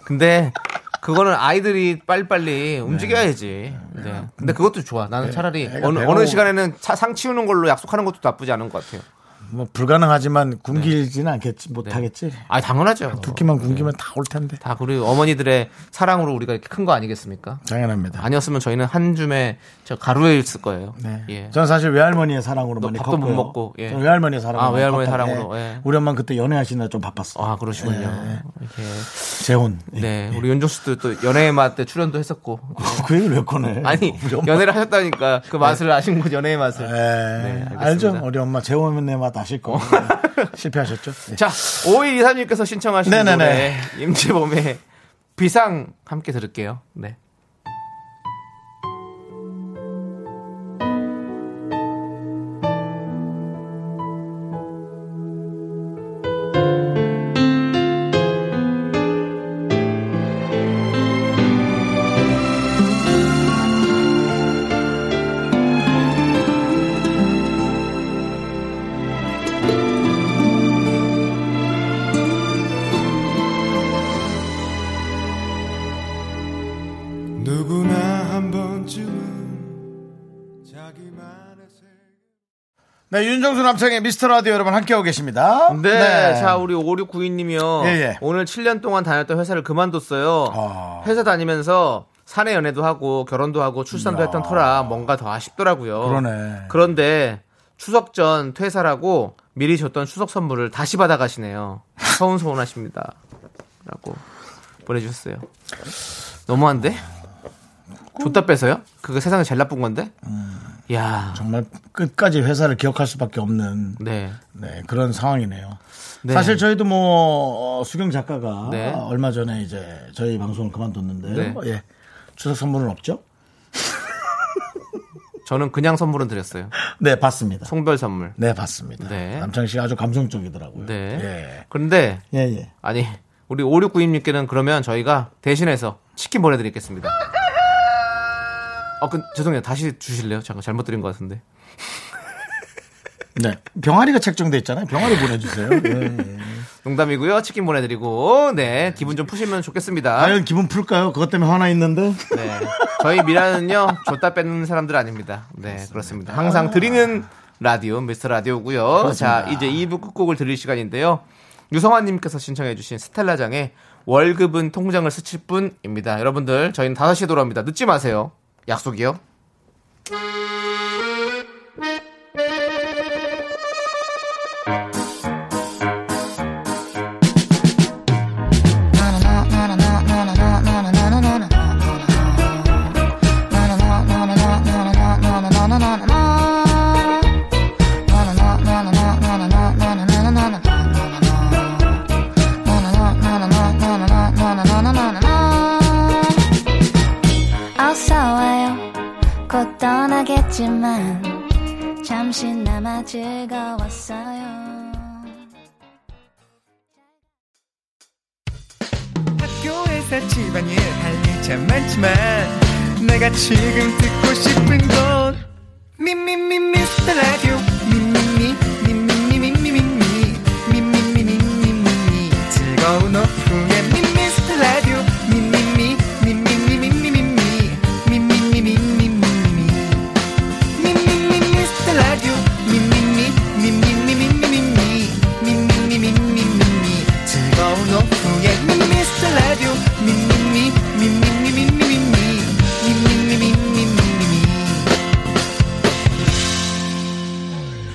B: 근데 그거는 아이들이 빨리빨리 움직여야지. 네. 근데 그것도 좋아. 나는 차라리
A: 네. 애가
B: 어느,
A: 배고-
B: 어느 시간에는 차- 상 치우는 걸로 약속하는 것도 나쁘지 않은 것 같아요.
A: 뭐 불가능하지만 굶기지는
B: 네.
A: 않겠지. 못 하겠지.
B: 아 당연하죠.
A: 두끼만 굶기면
B: 네.
A: 다 올 텐데.
B: 다 우리 어머니들의 사랑으로 우리가 이렇게 큰 거 아니겠습니까?
A: 당연합니다.
B: 아니었으면 저희는 한 줌의 저 가루에 있을 거예요.
A: 네.
B: 예.
A: 저는 사실 외할머니의 사랑으로 많이
B: 밥도
A: 컸고요.
B: 못 먹고, 예.
A: 저는 외할머니의 사랑으로.
B: 아, 외할머니의
A: 많이 컸다.
B: 사랑으로,
A: 예.
B: 예.
A: 우리 엄마 는 그때 연애하시느라 좀 바빴어.
B: 아 그러시군요.
A: 네.
B: 이렇게.
A: 재혼. 예.
B: 네, 우리 윤종수도 또 연애의 맛 때 출연도 했었고.
A: 그 얘기를 왜 꺼내?
B: 아니
A: 우리 엄마.
B: 연애를 하셨다니까 그 맛을 아신 거죠 연애의 맛을.
A: 예.
B: 알겠습니다.
A: 알죠? 우리 엄마 재혼의 맛 아실 거. 실패하셨죠? 예.
B: 네. 자, 5223님께서 신청하신
A: 네네네.
B: 노래 임지범의 비상 함께 들을게요. 네.
G: 누구나 한 번쯤은 자기만의 세
A: 네, 윤정수 남창의 미스터 라디오 여러분 함께하고 계십니다.
B: 네. 자, 우리 5692님이요.
A: 예, 아. 예.
B: 오늘 7년 동안 다녔던 회사를 그만뒀어요. 회사 다니면서 사내 연애도 하고 결혼도 하고 출산도 했던 터라 뭔가 더 아쉽더라고요.
A: 그러네.
B: 런데 추석 전 퇴사라고 미리 줬던 추석 선물을 다시 받아가시네요. 서운서운하십니다. 라고 보내주셨어요. 너무한데? 줬다 빼서요? 그거 세상에 제일 나쁜 건데?
A: 음.
B: 야
A: 정말 끝까지 회사를 기억할 수밖에 없는
B: 네.
A: 네, 그런 상황이네요.
B: 네.
A: 사실 저희도 뭐 어, 수경 작가가
B: 네.
A: 얼마 전에 이제 저희 방송을 그만뒀는데 요
B: 네.
A: 예. 추석 선물은 없죠?
B: 저는 그냥 선물은 드렸어요.
A: 네, 봤습니다.
B: 송별 선물.
A: 네, 봤습니다.
B: 네.
A: 남창 씨가 아주 감성적이더라고요.
B: 네.
A: 예.
B: 그런데
A: 예, 예.
B: 아니 우리 5692님께는 그러면 저희가 대신해서 치킨 보내드리겠습니다. 어, 그, 죄송해요. 다시 주실래요? 잠깐 잘못 드린 것 같은데.
A: 네. 병아리가 책정돼 있잖아요. 병아리 보내주세요. 예, 예.
B: 농담이고요. 치킨 보내드리고 네 기분 좀 푸시면 좋겠습니다.
A: 과연 기분 풀까요? 그것 때문에 화나 있는데?
B: 네 저희 미라는요 줬다 뺏는 사람들 아닙니다. 네 그렇습니다. 항상 드리는 라디오 미스터 라디오고요. 자 이제 2부 끝곡을 들릴 시간인데요. 유성환님께서 신청해주신 스텔라장의 월급은 통장을 스칠 뿐입니다. 여러분들 저희는 5시에 돌아옵니다. 늦지 마세요. 약속이요.
H: 어서와요 곧 떠나겠지만 잠시나마 즐거웠어요
I: 학교에서 집안일 할 일 참 많지만 내가 지금 듣고 싶은 건 미미미 미스터 라디오 미미미 미미미 미미미 미미미 미미미 즐거운 오후에 미미스터 라디오 미미미 미미미 미미미 미미미 미미미 미미미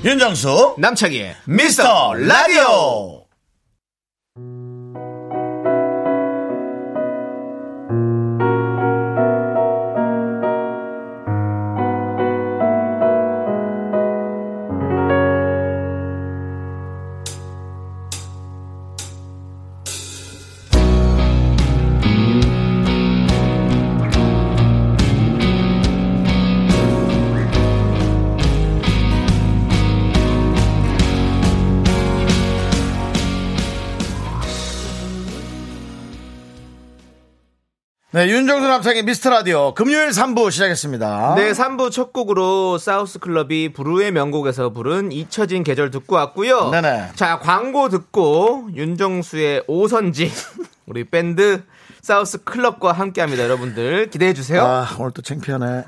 A: 윤정수
B: 남창희의
A: 미스터 라디오 네, 윤정수 남창의 미스터 라디오 금요일 3부 시작했습니다.
B: 네, 3부 첫 곡으로 사우스 클럽이 부르의 명곡에서 부른 잊혀진 계절 듣고 왔고요.
A: 네네.
B: 자, 광고 듣고 윤정수의 오선지 우리 밴드 사우스 클럽과 함께 합니다. 여러분들 기대해 주세요.
A: 아, 오늘 또 창피하네.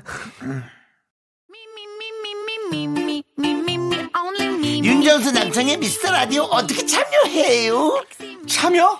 H: 윤정수 남성의
A: 미스터 라디오 어떻게 참여해요?
B: 참여?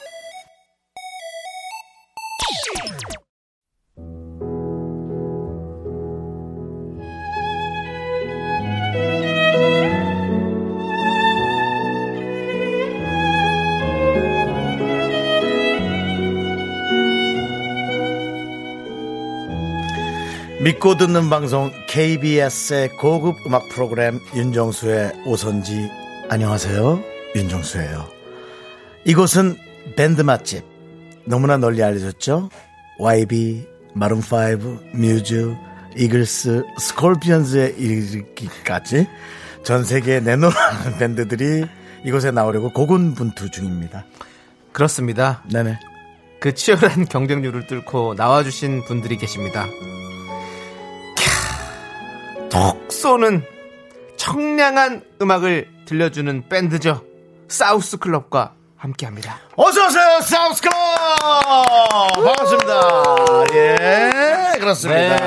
A: 믿고 듣는 방송 KBS의 고급 음악 프로그램 윤정수의 오선지. 안녕하세요. 윤정수예요. 이곳은 밴드 맛집. 너무나 널리 알려졌죠? YB, 마룬5, 뮤즈, 이글스, 스콜피언즈에 이르기까지 전 세계에 내놓은 밴드들이 이곳에 나오려고 고군분투 중입니다.
B: 그렇습니다.
A: 네네.
B: 그 치열한 경쟁률을 뚫고 나와주신 분들이 계십니다. 캬, 톡 쏘는 청량한 음악을 들려주는 밴드죠. 사우스 클럽과 함께합니다.
A: 어서오세요, 사우스클럽! 반갑습니다. 예, 그렇습니다.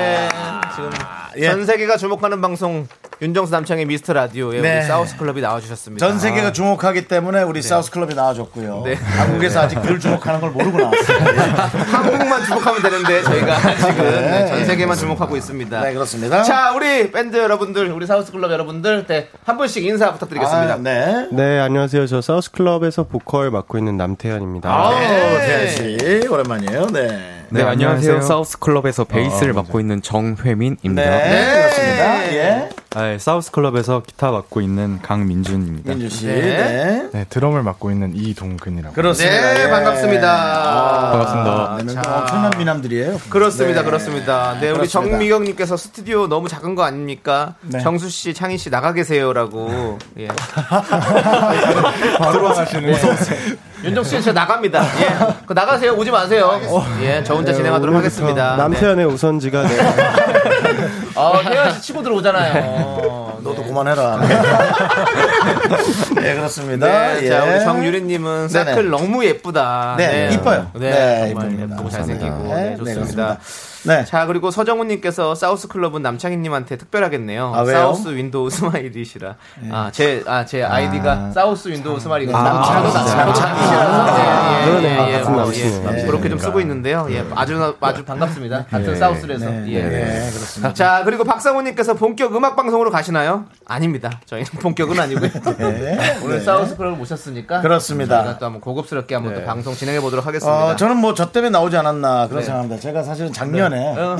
B: 지금
A: 예.
B: 전 세계가 주목하는 방송 윤정수 남창의 미스터 라디오에
A: 네.
B: 우리 사우스 클럽이 나와주셨습니다.
A: 전 세계가 주목하기 때문에 우리 사우스클럽이 나와줬고요.
B: 네.
A: 한국에서 아직 늘 주목하는 걸 모르고 나왔어요.
B: 한국만 주목하면 되는데 저희가 지금 네, 전 세계만 주목하고 있습니다.
A: 네, 그렇습니다.
B: 자, 우리 밴드 여러분들, 우리 사우스 클럽 여러분들, 네, 한 분씩 인사 부탁드리겠습니다.
A: 아, 네.
J: 네, 안녕하세요. 저 사우스클럽에서 보컬 맡고 있는 남태현입니다.
B: 아우,
A: 네, 태연 씨, 오랜만이에요. 네. 아,
K: 네, 안녕하세요.
J: 사우스클럽에서 베이스를 맡고 있는 정회민입니다.
A: 네, 그렇습니다. 네, 예.
L: 아, 예, 사우스 클럽에서 기타 맡고 있는 강민준입니다.
A: 민준 씨, 네.
L: 네, 드럼을 맡고 있는 이동근이라고.
A: 그렇습니다. 네, 예. 반갑습니다. 아,
L: 반갑습니다.
A: 네, 명- 엄청난 미남들이에요.
B: 그렇습니다,
A: 네.
B: 그렇습니다. 네, 우리
A: 그렇습니다. 네.
B: 정미경님께서 스튜디오 너무 작은 거 아닙니까? 정수 씨, 창희 씨 나가 계세요라고. 예.
L: 바로 하시는 거예요?
B: 윤정 씨, 저 나갑니다. 예, 그 나가세요, 오지 마세요. 예, 저 혼자
A: 네,
B: 진행하도록 하겠습니다.
A: 그렇죠.
B: 네.
J: 남태현의 우선지가
B: 어, 태연 씨 치고 들어오잖아요.
A: 너도 그만해라. 네, 그렇습니다.
B: 네,
A: 예.
B: 자, 우리 정유리님은
A: 네네.
B: 사클 너무 예쁘다.
A: 네, 이뻐요.
B: 네,
A: 네,
B: 정말
A: 이쁩니다.
B: 예쁘고 잘생기고. 네,
A: 감사합니다. 네,
B: 좋습니다.
A: 네.
B: 자, 그리고 서정훈님께서 사우스 클럽은 남창희님한테 특별하겠네요.
A: 아, 왜요? 네.
B: 사우스 윈도우 스마일이시라. 아, 제, 아, 제 아이디가 사우스 윈도우 스마일이거든요.
A: 아,
B: 남창도
A: 진짜요?
B: 남창이시라서. 예, 예,
A: 그러네. 아,
B: 예, 예,
A: 같은
B: 뭐,
A: 남친이네.
B: 예,
A: 네.
B: 그렇게 좀 쓰고 있는데요. 예, 아주, 아주 반갑습니다. 같은
A: 네.
B: 사우스에서.
A: 네,
B: 예.
A: 네, 그렇습니다.
B: 자, 그리고 박상훈님께서 본격 음악 방송으로 가시나요? 아닙니다. 저희는 본격은 아니고요. 오늘
A: 네.
B: 사우스 클럽을 모셨으니까
A: 그렇습니다. 네.
B: 저희가 또 한번 고급스럽게 한번 또 방송 진행해 보도록 하겠습니다.
A: 어, 저는 뭐 저 때문에 나오지 않았나 그런
B: 네.
A: 생각합니다. 제가 사실은 작년에 네.
B: 어.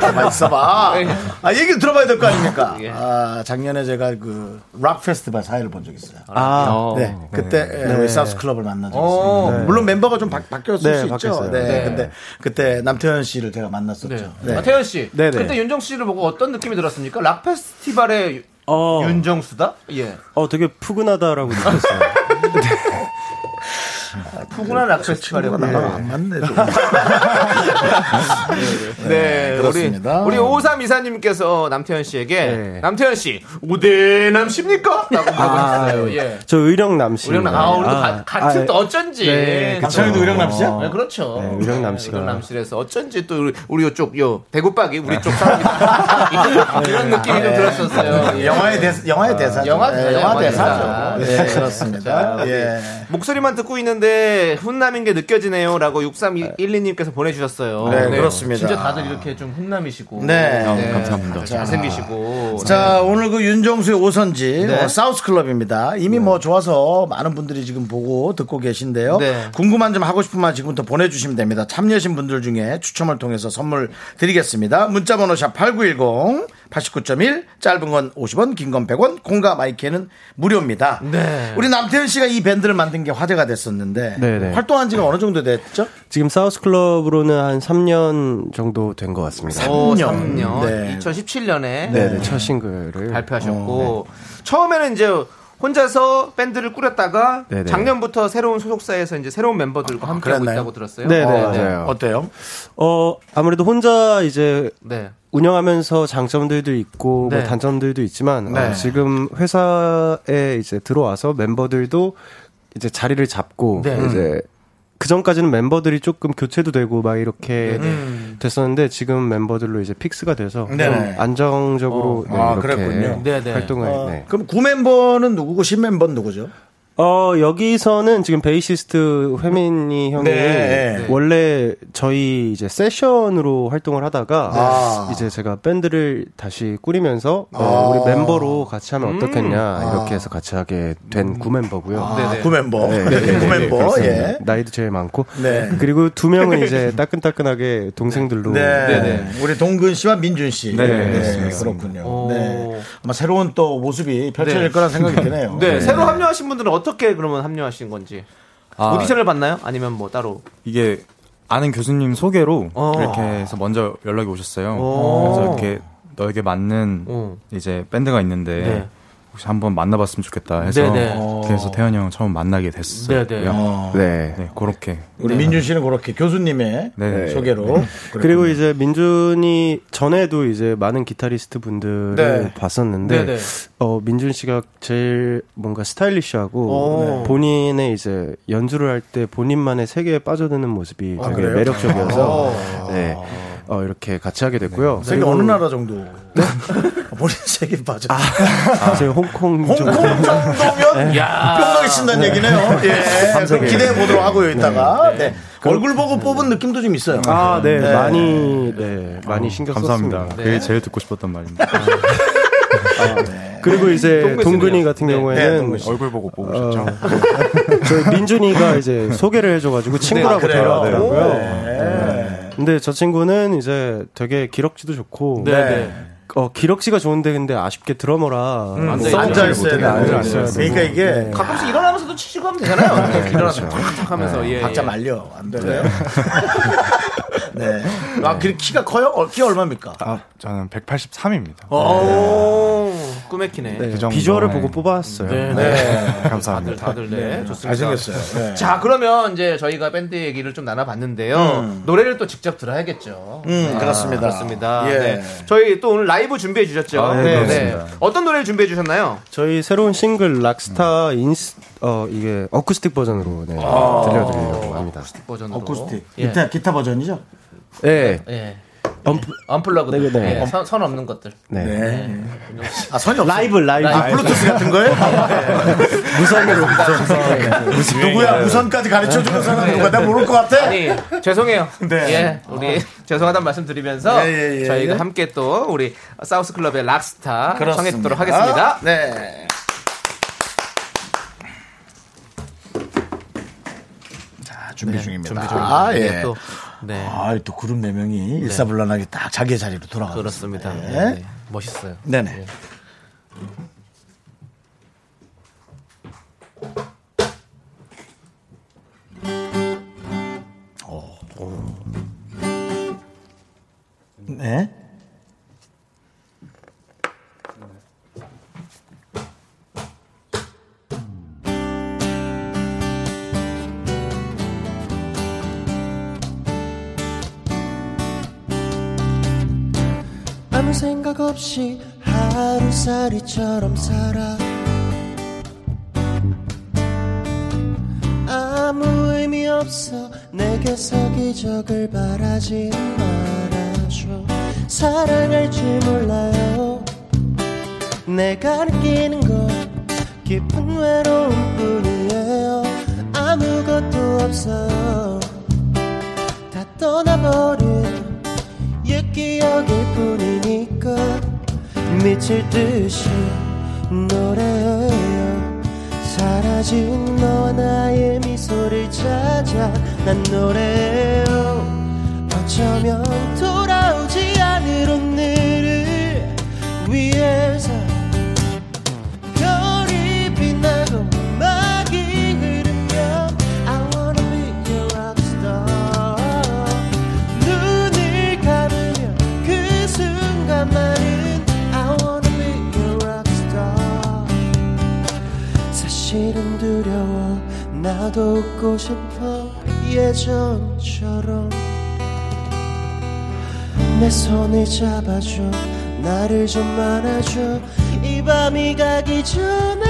A: 가만 있어봐.
B: 네.
A: 아, 얘기를 들어봐야 될 거 아닙니까?
B: 예.
A: 아, 작년에 제가 그 락 페스티벌 사회를 본 적이 있어요.
J: 아,
A: 네. 그때 네. 우리 사우스 클럽을 만난 적이
B: 오.
A: 있습니다. 물론 멤버가 좀 바, 바뀌었을
J: 네,
A: 수 있죠.
J: 바뀌었어요.
A: 네.
B: 네.
A: 근데 그때 남태현 씨를 제가 만났었죠. 네.
B: 아, 태연 씨,
J: 네, 네.
B: 그때 윤정 씨를 보고 어떤 느낌이 들었습니까? 락 페스티벌의 유-
J: 어,
B: 윤정수다? 예.
J: 어, 되게 푸근하다라고 느꼈어요.
B: 네. 푸근한 락 페스티벌의
A: 친구가 나랑 안 맞네. 좀.
B: 네,
A: 그렇습니다.
B: 우리 우리 오삼 이사님께서 남태현 씨에게 남태현 씨 우대남십니까? 라고 물어보셨어요. 예.
J: 저 의령남 씨.
B: 우리랑 아, 우리도 가- 같은 또 어쩐지.
A: 저희도 의령남 씨야?
B: 네, 그렇죠.
J: 네, 의령남 씨가.
B: 에서 어쩐지 또 우리, 우리 이쪽, 요, 대구박이 우리 쪽 사람이 이런 느낌이 좀 들었었어요. 예.
A: 영화의 대사, 영화의 대사죠.
B: 영화,
A: 네, 영화 대사죠. 네,
B: 자,
A: 그렇습니다.
B: 우리
A: 예.
B: 목소리만 듣고 있는데 훈남인 게 느껴지네요. 라고 6312님께서 보내주셨어요.
A: 네, 그렇습니다.
B: 진짜 다들 이렇게 좀 훈남이시고.
A: 네.
B: 감사합니다. 잘생기시고.
A: 자, 오늘 그 윤정수의 오선지,
J: 네.
A: 어, 사우스 클럽입니다. 이미 뭐 좋아서 많은 분들이 지금 보고 듣고 계신데요.
B: 네.
A: 궁금한 점 하고 싶은 말 지금부터 보내주시면 됩니다. 참여하신 분들 중에 추첨을 통해서 선물 드리겠습니다. 문자번호 샵8910, 89.1, 짧은 건 50원, 긴 건 100원, 콩과 마이크는 무료입니다.
B: 네.
A: 우리 남태현 씨가 이 밴드를 만든 게 화제가 됐었는데,
J: 네, 네.
A: 활동한 지가 어느 정도 됐죠?
J: 지금 사우스 클럽으로는 한 3년 정도 된 것 같습니다.
B: 오,
A: 3년.
B: 3년.
A: 네.
B: 2017년에
J: 네, 네, 첫 싱글을
B: 발표하셨고 처음에는 이제 혼자서 밴드를 꾸렸다가
J: 네네.
B: 작년부터 새로운 소속사에서 이제 새로운 멤버들과 함께하고
A: 그랬나요?
B: 있다고 들었어요.
J: 네네,
B: 어, 네.
J: 맞아요.
A: 어때요?
J: 어, 아무래도 혼자 이제
B: 네.
J: 운영하면서 장점들도 있고
B: 네.
J: 뭐 단점들도 있지만
B: 네.
J: 어, 지금 회사에 이제 들어와서 멤버들도 이제 자리를 잡고
B: 네.
A: 음.
J: 이제 그 전까지는 멤버들이 조금 교체도 되고 막 이렇게 됐었는데 지금 멤버들로 이제 픽스가 돼서 좀
A: 네. 음. 네네.
J: 안정적으로
A: 어.
J: 네,
A: 아,
J: 이렇게
A: 그랬군요.
B: 네네.
J: 활동을
A: 어,
J: 네.
A: 그럼 구멤버는 누구고 신멤버는 누구죠?
J: 어 여기서는 지금 베이시스트 회민이 형이
A: 네. 네.
J: 원래 저희 이제 세션으로 활동을 하다가
A: 아.
J: 이제 제가 밴드를 다시 꾸리면서 어, 우리 멤버로 같이 하면 어떻겠냐 이렇게 해서 같이 하게 된 구멤버고요.
A: 음. 아, 구멤버.
J: 네,
A: 구멤버,
J: 그렇습니다.
A: 예.
J: 나이도 제일 많고
A: 네.
J: 그리고 두 명은 이제 따끈따끈하게 동생들로
A: 네. 우리 동근 씨와 민준 씨. 네. 그렇군요.
B: 오.
A: 네. 아마 새로운 또 모습이 펼쳐질
B: 네.
A: 거란 생각이 드네요.
B: 네, 새로 합류하신 분들은 어떻게 그러면 합류하신 건지
L: 아.
B: 오디션을 봤나요? 아니면 뭐 따로?
L: 이게 아는 교수님 소개로
B: 어.
L: 이렇게 해서 먼저 연락이 오셨어요.
B: 어.
L: 그래서 이렇게 너에게 맞는
B: 어.
L: 이제 밴드가 있는데
B: 네.
L: 혹시 한번 만나봤으면 좋겠다 해서
B: 네네. 어.
L: 그래서 태현이 형 처음 만나게 됐어요.
B: 네네.
J: 네.
L: 네, 그렇게
A: 우리 민준 씨는 그렇게 교수님의
L: 네.
A: 소개로.
J: 그리고 이제 민준이 전에도 이제 많은 기타리스트 분들을
A: 네.
J: 봤었는데
B: 네네.
J: 어 민준 씨가 제일 뭔가
B: 오.
J: 스타일리시하고 본인의 이제 연주를 할 때 본인만의 세계에 빠져드는 모습이 되게
A: 그래요?
J: 매력적이어서 네. 어 이렇게 같이 하게 됐고요.
A: 세계 어느 나라 정도? 네? 본인 세계 빠져.
J: 아, 저희 홍콩
A: 홍콩
J: 좀
A: 정도면 뿅망이 친다는 얘기네요. 예. 그럼 기대해 보도록 하고요, 이따가. 네. 얼굴 보고 뽑은 느낌도 좀 있어요.
J: 아, 네. 많이 네. 많이 신경
L: 감사합니다.
J: 썼습니다.
L: 그게 제일 듣고 싶었던 말입니다.
J: 그리고 이제 동근이 같은
A: 네,
J: 경우에는 어,
A: 동근 씨.
L: 얼굴 보고 뽑으셨죠?
J: 저희 민준이가 이제 소개를 해줘가지고
A: 아,
J: 친구라고
A: 그래요?
J: 데려왔더라고요.
A: 네.
J: 근데 저 친구는 이제 되게 기럭지도 좋고
B: 네.
J: 어, 기럭 씨가 좋은데 근데 아쉽게 드러머라
A: 음, 앉아 있어야 돼. 앉아 있어야 돼. 그러니까 이게
B: 가끔씩 일어나면서도 치시고 하면 되잖아요. 이렇게 일어나서 탁탁 하면서
A: 네.
B: 예,
A: 박자
B: 예.
A: 말려 안 되네요. 네. 아, 그 키가 커요? 어, 키 얼마입니까?
L: 아, 저는 183입니다.
B: 어, 오, 꾸맥히네.
L: 그 정도.
J: 비주얼을 보고
L: 네.
J: 뽑아왔어요.
B: 네,
A: 네.
L: 감사합니다.
B: 다들 네, 좋습니다.
A: 잘생겼어요. 네.
B: 자, 그러면 이제 저희가 밴드 얘기를 좀 나눠봤는데요. 노래를 또 직접 들어야겠죠.
A: 음, 그렇습니다.
B: 그렇습니다.
A: 예.
B: 네. 저희 또 오늘 라이브 준비해 주셨죠.
J: 아, 네,
L: 그렇습니다.
B: 어떤 노래를 준비해 주셨나요?
J: 저희 새로운 싱글 락스타 인스 어 이게 어쿠스틱 버전으로 네, 들려드리려고 합니다.
B: 버전으로.
A: 어쿠스틱.
B: 예.
A: 기타, 기타 버전이죠?
J: 예.
B: 예.
J: 언프-
B: 언플러그들.
J: 네, 네.
B: 예, 선, 선 없는 것들. 예.
J: 네.
A: 아, 선이 없어.
J: 라이브 라이브
A: 아, 블루투스 같은 거예요? 네. 무선으로. 무선. 누구야? 무선까지 가르쳐 주는 사람 누가? 나 모를 것 같아?
B: 아니 죄송해요.
A: 네.
B: 예, 우리 죄송하다는 말씀드리면서
A: 예, 예, 예,
B: 저희가
A: 예.
B: 함께 또 우리 사우스 클럽의 락스타
A: 그렇습니다.
B: 청해 듣도록 하겠습니다.
A: 네. 자, 준비 중입니다.
B: 준비 중.
A: 아, 예.
B: 또. 네.
A: 아, 또 그룹 네 명이 일사불란하게 딱 자기 자리로 돌아가고
B: 그렇습니다.
A: 네.
B: 네, 멋있어요.
A: 네네. 오. 네.
G: 아무 생각 없이 하루살이처럼 살아 아무 의미 없어 내게서 기적을 바라지 말아줘 사랑할 줄 몰라요 내가 느끼는 건 깊은 외로움 뿐이에요 아무것도 없어요 다 떠나버린 옛 기억일 뿐이니까 미칠 듯이 노래해요 사라진 너와 나의 미소를 찾아 난 노래해요 어쩌면 돌아오지 않을 오늘을 위해서 별이 빛나고 음악이 흐르면 I wanna be your rockstar 눈을 감으면 그 순간만은 I wanna be your rockstar 사실은 두려워 나도 웃고 싶어 예전처럼 내 손을 잡아줘 나를 좀 안아줘 이 밤이 가기 전에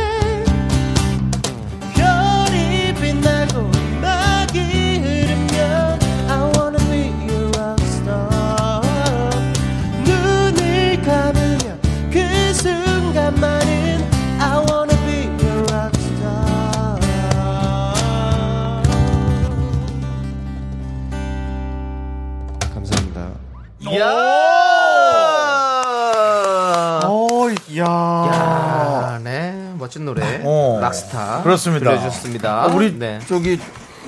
G: 별이 빛나고 음악이 흐르면 I wanna be your rockstar 눈을 감으면 그 순간만은 I wanna be your rockstar
J: 감사합니다.
B: 이야.
A: 어, 야.
B: 아, 네, 멋진 노래.
A: 어.
B: 락스타.
A: 그렇습니다.
B: 들려주셨습니다.
A: 아, 우리
B: 네.
A: 저기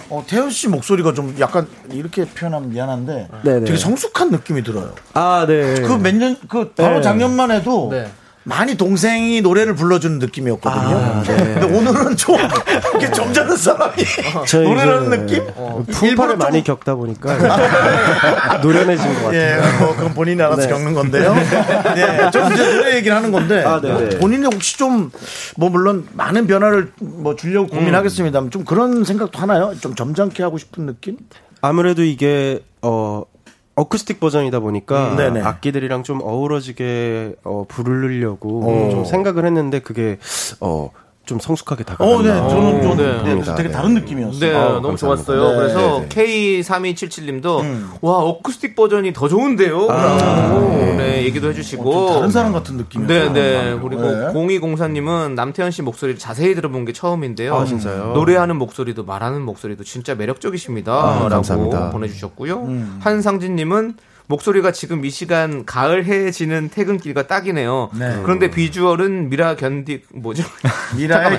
A: 어, 태연 씨 목소리가 좀 약간 이렇게 표현하면 미안한데
J: 네네.
A: 되게 성숙한 느낌이 들어요.
J: 아, 네.
A: 그 몇 년 그 바로
J: 네.
A: 작년만 해도
B: 네.
A: 많이 동생이 노래를 불러주는 느낌이었거든요. 근데 오늘은 좀 이렇게 점잖은 사람이
J: 저 이제 어,
A: 어, 노래하는 느낌? 어,
J: 풍파를
A: 일부러 좀-
J: 많이 겪다 보니까 노련해진 것 같아요.
A: 예, 뭐 그건 본인이 알아서
J: 네.
A: 겪는 건데요. 예, 저 이제 노래 얘기를 하는 건데
J: 아, 네네.
A: 본인이 혹시 좀 뭐 물론 많은 변화를 뭐 주려고 고민하겠습니다만 좀 그런 생각도 하나요? 좀 점잖게 하고 싶은 느낌?
J: 아무래도 이게 어 어쿠스틱 버전이다 보니까
A: 음, 네네.
J: 악기들이랑 좀 어우러지게 어, 부르려고 좀 생각을 했는데 그게 어 좀 성숙하게
A: 어, 네,
J: 다가간다.
A: 저는 좀 네,
J: 봅니다.
A: 되게
J: 네.
A: 다른 느낌이었어요.
B: 네,
J: 아우,
B: 너무
J: 감사합니다.
B: 좋았어요.
J: 네,
B: 그래서
J: 네, 음.
B: K3277님도 와 어쿠스틱 버전이 더 좋은데요.
J: 아,
B: 라고 네. 얘기도 해주시고
J: 어,
A: 좀 다른 사람 같은 느낌이에요.
B: 어, 네. 네네 그리고 뭐
A: 네.
B: 0204님은 남태현 씨 목소리를 자세히 들어본 게 처음인데요.
J: 아, 진짜요?
B: 노래하는 목소리도 말하는 목소리도 진짜 매력적이십니다.
J: 아,
B: 라고
J: 감사합니다. 음.
B: 보내주셨고요. 한상진님은 목소리가 지금 이 시간 가을 해지는 퇴근길과 딱이네요.
A: 네.
B: 그런데 비주얼은 미라 견디 뭐죠? 잠깐만요.
A: 미라의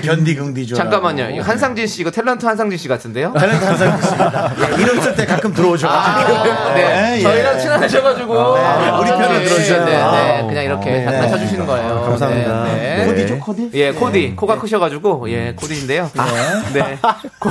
A: 견디긍디죠.
B: 잠깐만요. 이거 한상진 씨 이거 탤런트 한상진 씨 같은데요?
A: 탤런트 한상진 씨입니다. 예, 이름 쓸 때 가끔 들어오셔가지고.
B: 네.
A: 예, 예.
B: 저희랑 친하셔가지고 우리
A: 아, 편을 들어주셨네요.
B: 네, 네. 그냥 이렇게 다 찾아주시는 거예요.
A: 감사합니다.
B: 네, 네.
A: 코디죠, 네. 코디?
B: 예, 코디. 코가 크셔가지고 예, 코디인데요. 네. 코-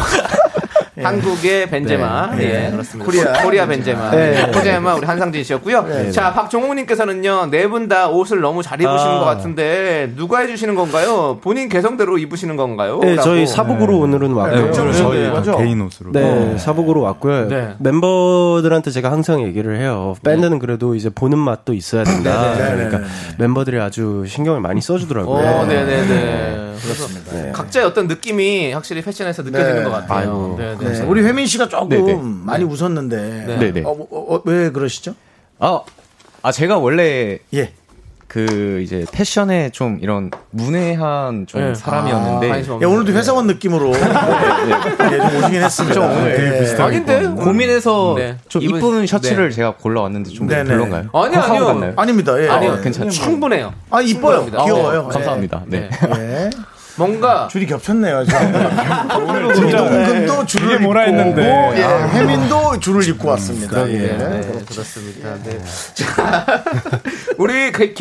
B: 한국의 벤제마.
A: 아. 예. 네.
B: 예, 그렇습니다.
A: 코리아.
B: 코리아, 벤제마.
A: 네.
B: 코제마 우리 한상진 씨였고요. 자, 박종욱님께서는요, 네 분 다 옷을 너무 잘 입으시는
J: 아.
B: 것 같은데, 누가 해주시는 건가요? 본인 개성대로 입으시는 건가요?
J: 네,
B: 라고.
J: 저희 사복으로 오늘은 왔고요.
L: 네,
A: 그렇죠.
L: 오늘은 저희 다 개인 옷으로.
J: 네,
A: 어.
J: 사복으로 왔고요.
B: 네.
J: 멤버들한테 제가 항상 얘기를 해요. 밴드는 그래도 이제 보는 맛도 있어야
A: 네.
J: 된다. 그러니까 멤버들이 아주 신경을
B: 오,
J: 많이
A: 어,
J: 써주더라고요.
B: 어,
A: 네.
B: 네네네. 그렇습니다. 각자의 어떤 느낌이 확실히 패션에서 느껴지는
A: 네.
B: 것 같아요.
J: 아이고,
B: 네, 네.
A: 네. 우리 회민 씨가 조금
L: 네, 네.
A: 많이 웃었는데
J: 네, 네.
A: 어, 어, 어, 왜 그러시죠?
L: 아, 아 제가 원래
A: 예.
L: 그 이제 패션에 좀 이런 문외한 좀
B: 네.
L: 사람이었는데
B: 아, 관심
A: 예,
B: 없는.
A: 오늘도 회사원 느낌으로 예, 좀 오시긴 했습니다. 좀 오늘 되게 비슷한.
B: 아닌데?
L: 고민해서
B: 네.
L: 좀
B: 입은-
L: 이쁜 셔츠를 제가 골라왔는데 좀
A: 네네.
L: 별론가요?
B: 아니,
L: 하고
B: 아니요.
L: 갔나요? 어,
A: 아닙니다. 예.
B: 아니요, 네.
A: 예.
L: 괜찮죠.
B: 충분해요.
A: 아 이뻐요.
B: 충분합니다.
A: 귀여워요.
B: 어,
A: 예.
L: 감사합니다. 네.
A: 예.
B: 뭔가
A: 줄이 겹쳤네요. 오늘 동금도 줄을 뭐라 했는데 예. 회민도 줄을 입고 왔습니다. 예.
B: 네, 네, 그렇습니다. 네. 자, 우리 그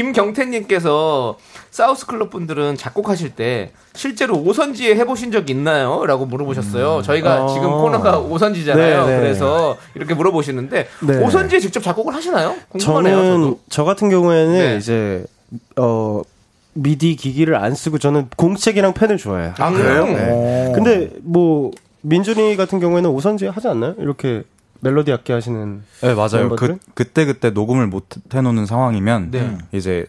B: 김경태님께서 사우스 클럽 분들은 작곡하실 때 실제로 오선지에 해보신 적 있나요? 라고
L: 음.
B: 물어보셨어요. 저희가
J: 어.
B: 지금 코너가 오선지잖아요.
J: 네, 네.
B: 그래서 이렇게 물어보시는데
J: 네.
B: 오선지에 직접 작곡을 하시나요? 궁금하네요.
J: 저는
B: 저도.
J: 저 같은 경우에는
B: 네.
J: 이제 어 미디 기기를 안 쓰고 저는 공책이랑 펜을 좋아해요.
B: 아, 그래요?
J: 네. 근데 뭐 민준이 같은 경우에는 우선지 하지 않나요? 이렇게 멜로디 악기 하시는
L: 네, 맞아요. 그,
J: 멤버들은?
L: 그때 그때 녹음을 못 해놓는 상황이면
B: 네.
L: 이제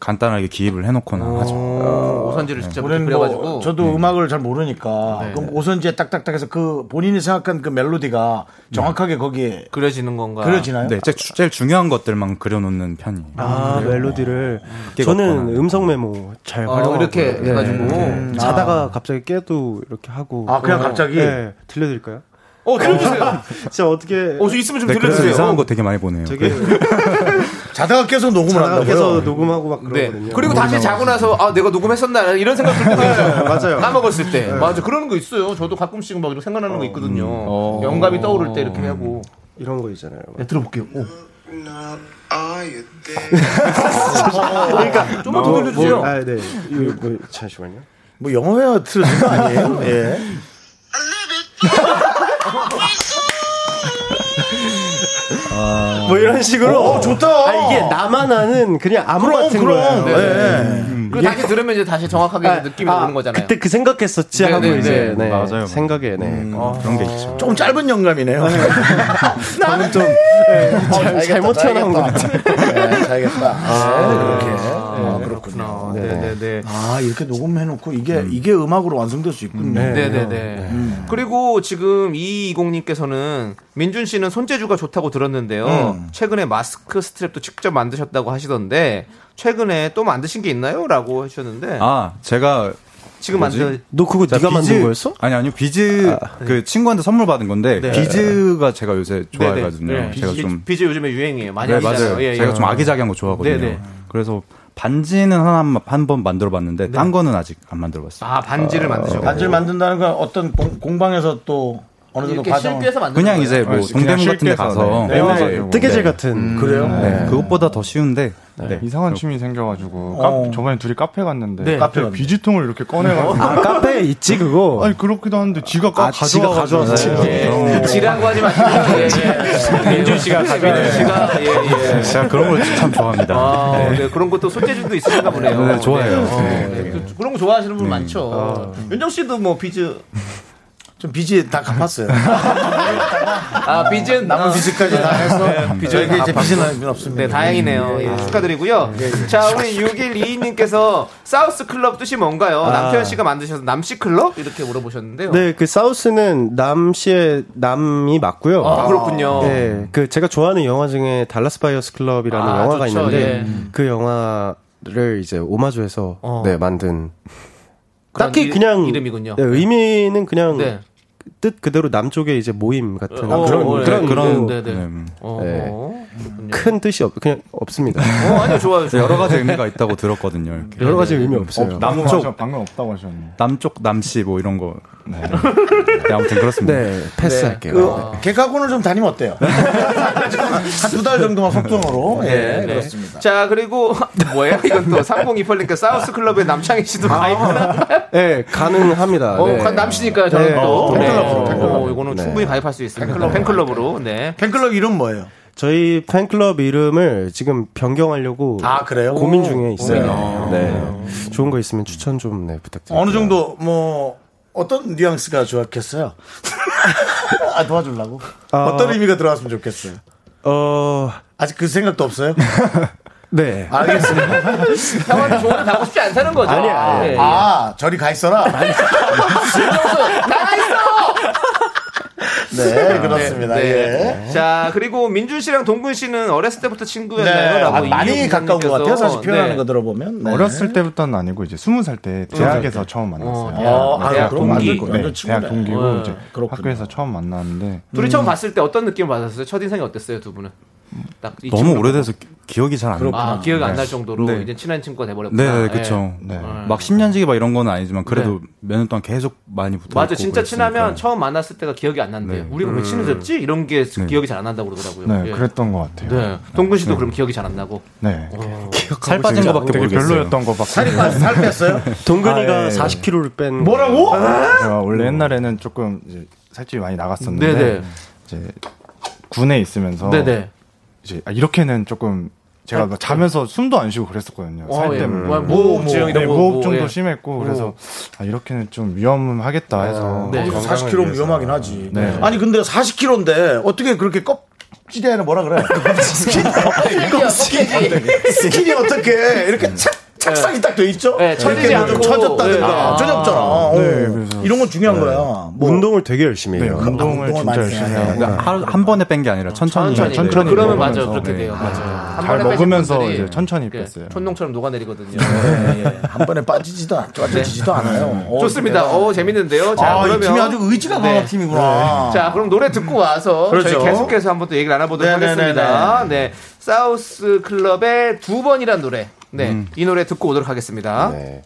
L: 간단하게 기입을 해놓거나 하죠.
B: 어, 오선지를 직접 이렇게
A: 우리는
B: 그려가지고
A: 뭐 저도 음악을 잘 모르니까 그럼 오선지에 딱딱딱해서 그 본인이 생각한 그 멜로디가 정확하게 거기에
B: 그려지는 건가?
A: 그려지나요?
L: 네, 제, 제일 중요한 것들만 그려놓는 편이에요.
J: 아, 멜로디를
L: 깨
J: 저는
L: 같거나.
J: 음성 메모 잘
B: 어,
J: 활용하고
B: 이렇게 음. 해가지고.
J: 자다가 갑자기 깨도 이렇게 하고
A: 아, 그냥 갑자기?
J: 네, 들려드릴까요?
B: 어, 들려주세요.
J: 진짜 어떻게
B: 어, 저 있으면 좀
L: 네, 그래서
B: 들려주세요.
L: 이상한 거 되게 많이 보내요. 그
J: 되게
A: 자다가 계속 녹음을
J: 자다가
A: 한다고요?
J: 계속 녹음하고 막
B: 네.
J: 그러거든요.
B: 그리고 다시 자고 나서 아 내가 녹음했었나 이런 생각 들때
J: 맞아요.
B: 까먹었을 때 맞아 그런 거 있어요. 저도 가끔씩 막 이렇게 생각나는 거 있거든요. 영감이 떠오를 때 이렇게 하고
J: 이런 거 있잖아요.
A: 네, 들어볼게요. 오.
B: 그러니까 좀만 더 들려주세요.
J: 아, 네. 이거 뭐, 잠시만요.
A: 뭐 영어 회화 틀어준 거 아니에요? 예.
J: 뭐 이런 식으로.
A: 어, 좋다.
J: 아, 이게 나만 아는 그냥 암호
A: 그럼
J: 같은
A: 그럼.
J: 거예요.
A: 예.
B: 그리고 다시 들으면 이제 다시 정확하게
J: 아,
B: 네. 느낌이
J: 아,
B: 오는 거잖아요.
J: 그때 그 생각했었지 하고
B: 네, 네,
J: 이제
B: 네.
J: 네,
L: 맞아요.
J: 생각에 네.
L: 그런 게 있죠.
A: 아, 조금 짧은 영감이네요. 아,
J: 그러니까 저는 좀 네. 어, 잘, 잘못 태어난 것 같아요.
A: 네, 잘겠다. 아, 이렇게. 아,
B: 그렇구나.
A: 그렇군요.
B: 네네네.
A: 아, 이렇게 녹음해놓고 이게, 이게 음악으로 완성될 수 있군요.
B: 네네네. 그리고 지금 이이공님께서는 민준 씨는 손재주가 좋다고 들었는데요. 최근에 마스크 스트랩도 직접 만드셨다고 하시던데 최근에 또 만드신 게 있나요?라고 하셨는데
L: 아, 제가
B: 지금
L: 뭐지?
B: 만든
J: 너 그거 네가 만든
L: 비즈-
J: 거였어?
L: 아니 아니요 비즈 그 친구한테 선물 받은 건데 비즈가 제가 요새 좋아해가지고
B: 네네.
L: 요
B: 네.
L: 제가
B: 비즈,
L: 좀
B: 비즈 요즘에 유행이에요. 많이
L: 네,
B: 하시잖아요.
L: 맞아요.
B: 예, 예.
L: 제가 좀 아기자기한 거 좋아하거든요.
B: 네네.
L: 그래서 반지는 하나 한번 만들어봤는데 딴 거는 아직 안 만들어봤어요.
B: 아 반지를 만드셨고
A: 반지를 만든다는 건 어떤 공, 공방에서 또 어느 정도
B: 이렇게
A: 과정.
B: 실기해서 만든
L: 그냥
B: 거예요?
L: 이제 뭐
M: 그냥
L: 동대문 같은 데
M: 실패해서,
L: 가서
A: 네.
L: 이제
A: 네.
L: 뭐-
J: 뜨개질
L: 네.
J: 같은
A: 그래요?
L: 네. 그것보다 더 쉬운데 네.
M: 이상한 취미 생겨가지고
A: 어.
M: 카- 저번에 둘이 카페 갔는데
B: 네.
M: 갑자기
A: 카페 갔네.
M: 비지통을 이렇게 꺼내가지고
J: 아, 카페에 있지 그거.
M: 아니 그렇기도 한데 지가 가,
J: 아, 지가
M: 가져와가지고
J: 가져왔어요.
M: 네.
B: 예. 지라고 하지 마시고 예, 예. 민준 씨가 민준 씨가 예, 예.
L: 네. 제가 그런 걸 참 좋아합니다.
B: 아, 네. 그런 것도 손재주도 있으신가 보네요.
L: 네, 좋아해요.
B: 네. 어,
L: 네.
B: 네. 그- 그런 거 좋아하시는 분 많죠. 윤정 씨도 뭐 비즈
A: 좀 빚이 다 갚았어요.
B: 아 비즈는
A: 남은
B: 어, 네.
A: 빚까지 다 해서.
B: 비즈는
A: 저에게
B: 다
A: 이제
B: 갚았고.
A: 빚은 없습니다. 네.
B: 네, 다행이네요. 예, 축하드리고요. 자, 우리 6122님께서 사우스 클럽 뜻이 뭔가요?
A: 아.
B: 남태현 씨가 만드셔서 남씨 클럽? 이렇게 물어보셨는데요.
J: 네, 그 사우스는 남씨의 남이 맞고요.
B: 아, 그렇군요.
J: 네, 그 제가 좋아하는 영화 중에 달라스 바이어스 클럽이라는
B: 아,
J: 영화가
B: 좋죠.
J: 있는데
B: 예.
J: 그 영화를 이제 오마주해서
B: 어.
J: 네 만든
B: 그런
J: 딱히
B: 이-
J: 그냥
B: 이름이군요.
J: 네, 의미는 그냥
B: 네.
J: 뜻 그대로 남쪽에 이제 모임 같은
B: 어,
J: 그런
B: 어, 예,
J: 그런
B: 그런-
J: 의미로,
B: 네, 네.
J: 음,
B: 어,
J: 예. 큰 뜻이 없 그냥 없습니다.
B: 어, 아니요, 좋아요, 좋아요.
L: 여러 가지 의미가 있다고 들었거든요.
B: 네,
L: 이렇게.
J: 여러 가지 의미 없어요.
A: 네.
L: 없- 남쪽
N: 방금 없다고 하셨네요.
L: 남쪽 남씨 뭐 이런 거. 네. 네, 아무튼 그렇습니다.
J: 네, 패스할게요.
B: 아.
A: 그, 개카고는 좀 다니면 어때요? 한 두 달 정도만 속동으로.
B: 네,
A: 예, 그렇습니다.
B: 자, 그리고 뭐예요? 이건 또 3028님께 사우스 클럽의 남창희 씨도
A: 아.
B: 가입
J: 네, 가능합니다.
B: 어,
J: 네.
B: 간 남씨니까요, 저는
J: 네.
B: 또.
J: 어,
B: 네.
J: 팬클럽으로,
B: 어,
J: 팬클럽으로.
B: 이거는
J: 네.
B: 충분히 가입할 수 있습니다. 팬클럽, 팬클럽으로. 네.
A: 팬클럽 이름 뭐예요?
J: 저희 팬클럽 이름을 지금 변경하려고
A: 아, 그래요?
J: 고민 중에 있어요.
A: 고민이요.
J: 네. 좋은 거 있으면 추천 좀 네, 부탁드립니다.
A: 어느 정도 뭐 어떤 뉘앙스가 좋았겠어요? 아, 도와주려고.
J: 아.
A: 어떤 의미가 들어왔으면 좋겠어요.
J: 어
A: 아직 그 생각도 없어요?
J: 네.
A: 알겠습니다.
B: 형한테 조언을 받고 싶지 않다는 거죠.
A: 아,
B: 예, 예.
A: 아, 저리 가 있어라.
B: 나가 있어!
A: 네, 그렇습니다.
B: 네.
A: 예.
B: 자, 그리고 민준 씨랑 동근 씨는 어렸을 때부터 친구였나요?
A: 네,
B: 라고
A: 아, 많이
B: 이유부님께서-
A: 가까운 것 같아요. 사실 표현하는
B: 네.
A: 거 들어보면. 네.
N: 어렸을 때부터는 아니고 이제 스무 살 때 대학에서 처음 만났어요.
A: 어, 아,
N: 대학
A: 그럼
N: 동기,
A: 완전-
N: 네,
A: 완전 친구네.
N: 대학 동기고
B: 어,
N: 이제 학교에서 처음 만났는데
B: 둘이 처음 봤을 때 어떤 느낌 받았어요? 첫 인상이 어땠어요, 두 분은? 딱이
L: 너무
B: 친구를
L: 오래돼서 기- 기억이 잘 안 나.
B: 아, 기억이 안 날
L: 네.
B: 정도로
L: 네.
B: 이제 친한 친구가 돼버렸구나.
L: 네, 네,
B: 예.
L: 그쵸. 막 10년지기 막 이런 건 아니지만 그래도 몇 년 동안 계속 많이 붙어
B: 네. 맞아, 진짜 친하면 처음 만났을 때가 기억이 안 난대.
L: 네.
B: 요
A: 음.
B: 우리가 왜 친해졌지? 이런 게 기억이 잘 안 난다고 그러더라고요.
N: 네,
B: 예.
N: 그랬던 것 같아요.
B: 네. 동근 씨도 그럼 기억이 잘 안 나고.
N: 네.
L: 살 빠진
N: 진짜
L: 거밖에
N: 되게
L: 모르겠어요.
N: 별로였던 거밖에.
A: 살이 빠- 살 뺐어요?
J: 동근이가
N: 아, 예.
J: 40kg를 뺀
A: 뭐라고?
N: 제가 원래 옛날에는 조금 이제 살집이 많이 나갔었는데
B: 네네.
N: 이제 군에 있으면서
L: 어.
B: 네네.
N: 이제 아, 이렇게는 조금 제가 막 자면서 숨도 안 쉬고 그랬었거든요.
B: 어,
N: 살
B: 예.
N: 때문에
B: 뭐, 무호흡증 이런
N: 네,
B: 거, 뭐,
N: 무호흡 증도
B: 예.
N: 심했고 그래서 아, 이렇게는 좀 위험하겠다 해서
B: 네.
N: 건강을
A: 40kg 면
N: 위해서.
A: 위험하긴 하지.
N: 네.
A: 아니 근데 40kg인데 어떻게 그렇게 껍질에는 뭐라 그래? 껍질이 스킨이 어떻게
N: 네.
A: 이렇게 착 착상이 딱 돼 있죠?
B: 네, 처지지
A: 이렇게 뭐좀
B: 않고.
A: 처졌다든가
B: 네.
A: 전혀 없잖아. 어. 이런 건 중요한 거야. 뭐
J: 운동을 되게 열심히 해요.
N: 네. 운동을 진짜
A: 많이
N: 열심히
A: 해야 돼.
N: 하고
L: 그러니까 하루- 한 번에 뺀 게 아니라 천천히.
B: 어, 천천히.
N: 네. 천천히
B: 그러면
N: 먹으면서.
B: 맞아요. 그렇게
N: 네.
B: 돼요. 맞아요. 한
N: 잘
B: 번에 빼신
N: 먹으면서
B: 분들이
N: 이제 천천히
B: 이렇게
N: 뺐어요. 네.
B: 촌농처럼 녹아내리거든요.
A: 예, 예. 한 번에 빠지지도 않, 빠지지도
N: 네.
A: 않아요. 어,
B: 좋습니다.
A: 내가-
B: 어, 재밌는데요. 자,
A: 아, 이
B: 그러면 네.
A: 팀이 아주 의지가
N: 네.
A: 강한 팀이구나.
B: 자, 그럼 노래 듣고 와서
A: 그렇죠.
B: 저희 계속해서 한번 또 얘기를 나눠보도록
A: 네네네네.
B: 하겠습니다. 네. 사우스 클럽의 두 번이란 노래. 네.
N: 음.
B: 이 노래 듣고 오도록 하겠습니다.
N: 네.
J: 네.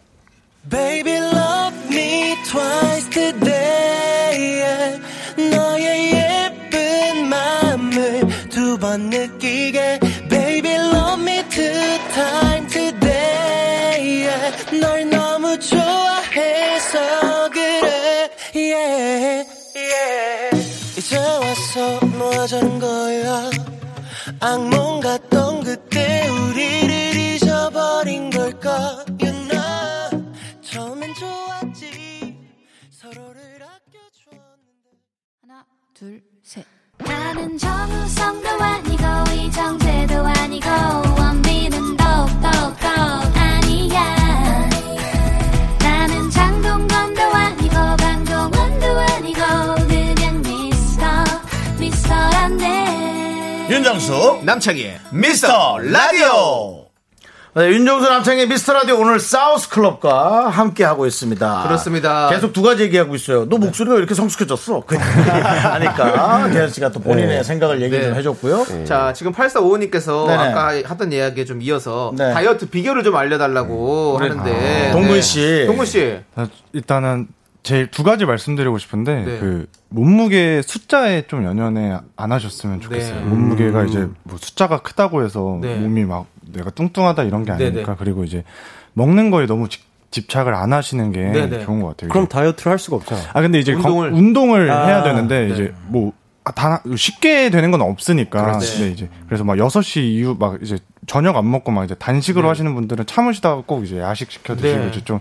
G: Baby love me twice today 너의 예쁜 마음을 두 번 느끼게 Baby love me two time today 널 너무 좋아해서 그래 yeah, yeah. 이제 와서 뭐 하자는 거야 악몽 같던 그때 우리를 잊어버린 걸까 You know 처음엔 좋았지 서로를
D: 둘, 셋.
C: 나는 정우성도 아니고 이정재도 아니고 원빈은 더욱더 아니야 나는 장동건도 아니고 강동원도 아니고 그냥 미스터 미스터란데
A: 윤정수 남창희 미스터 라디오 네, 윤정수 남창희 미스터 라디오 오늘 사우스 클럽과 함께 하고 있습니다.
B: 그렇습니다.
A: 계속 두 가지 얘기하고 있어요. 너 목소리가 왜 이렇게 성숙해졌어? 그러니까 대현 씨가 또 본인의 생각을 얘기 좀
B: 네.
A: 해줬고요.
N: 예.
B: 자, 지금 8455님께서
A: 네네.
B: 아까 하던 이야기에 좀 이어서
A: 네.
B: 다이어트 비결을 좀 알려달라고
N: 음. 아.
B: 하는데.
A: 동근
B: 네.
A: 씨.
B: 동근 씨.
N: 자, 일단은 제일 두 가지 말씀드리고 싶은데
B: 네.
N: 그 몸무게 숫자에 좀 연연해 안 하셨으면 좋겠어요.
B: 네.
N: 몸무게가 이제 뭐 숫자가 크다고 해서
B: 네.
N: 몸이 막 내가 뚱뚱하다 이런 게
B: 네네.
N: 아니니까 그리고 이제 먹는 거에 너무 집, 집착을 안 하시는 게
B: 네네.
N: 좋은 것 같아요.
J: 그럼 다이어트를 할 수가 없잖아.
N: 아 근데 이제
B: 운동을. 아, 네.
N: 운동을, 운동을 해야 되는데 이제 뭐 아, 다 쉽게 되는 건 없으니까.
B: 그렇지.
N: 네, 이제 그래서 막 6시 이후 막 이제 저녁 안 먹고 막 이제 단식으로 하시는 분들은 참으시다가 꼭 이제 야식 시켜 드시고
B: 네.
N: 이제 좀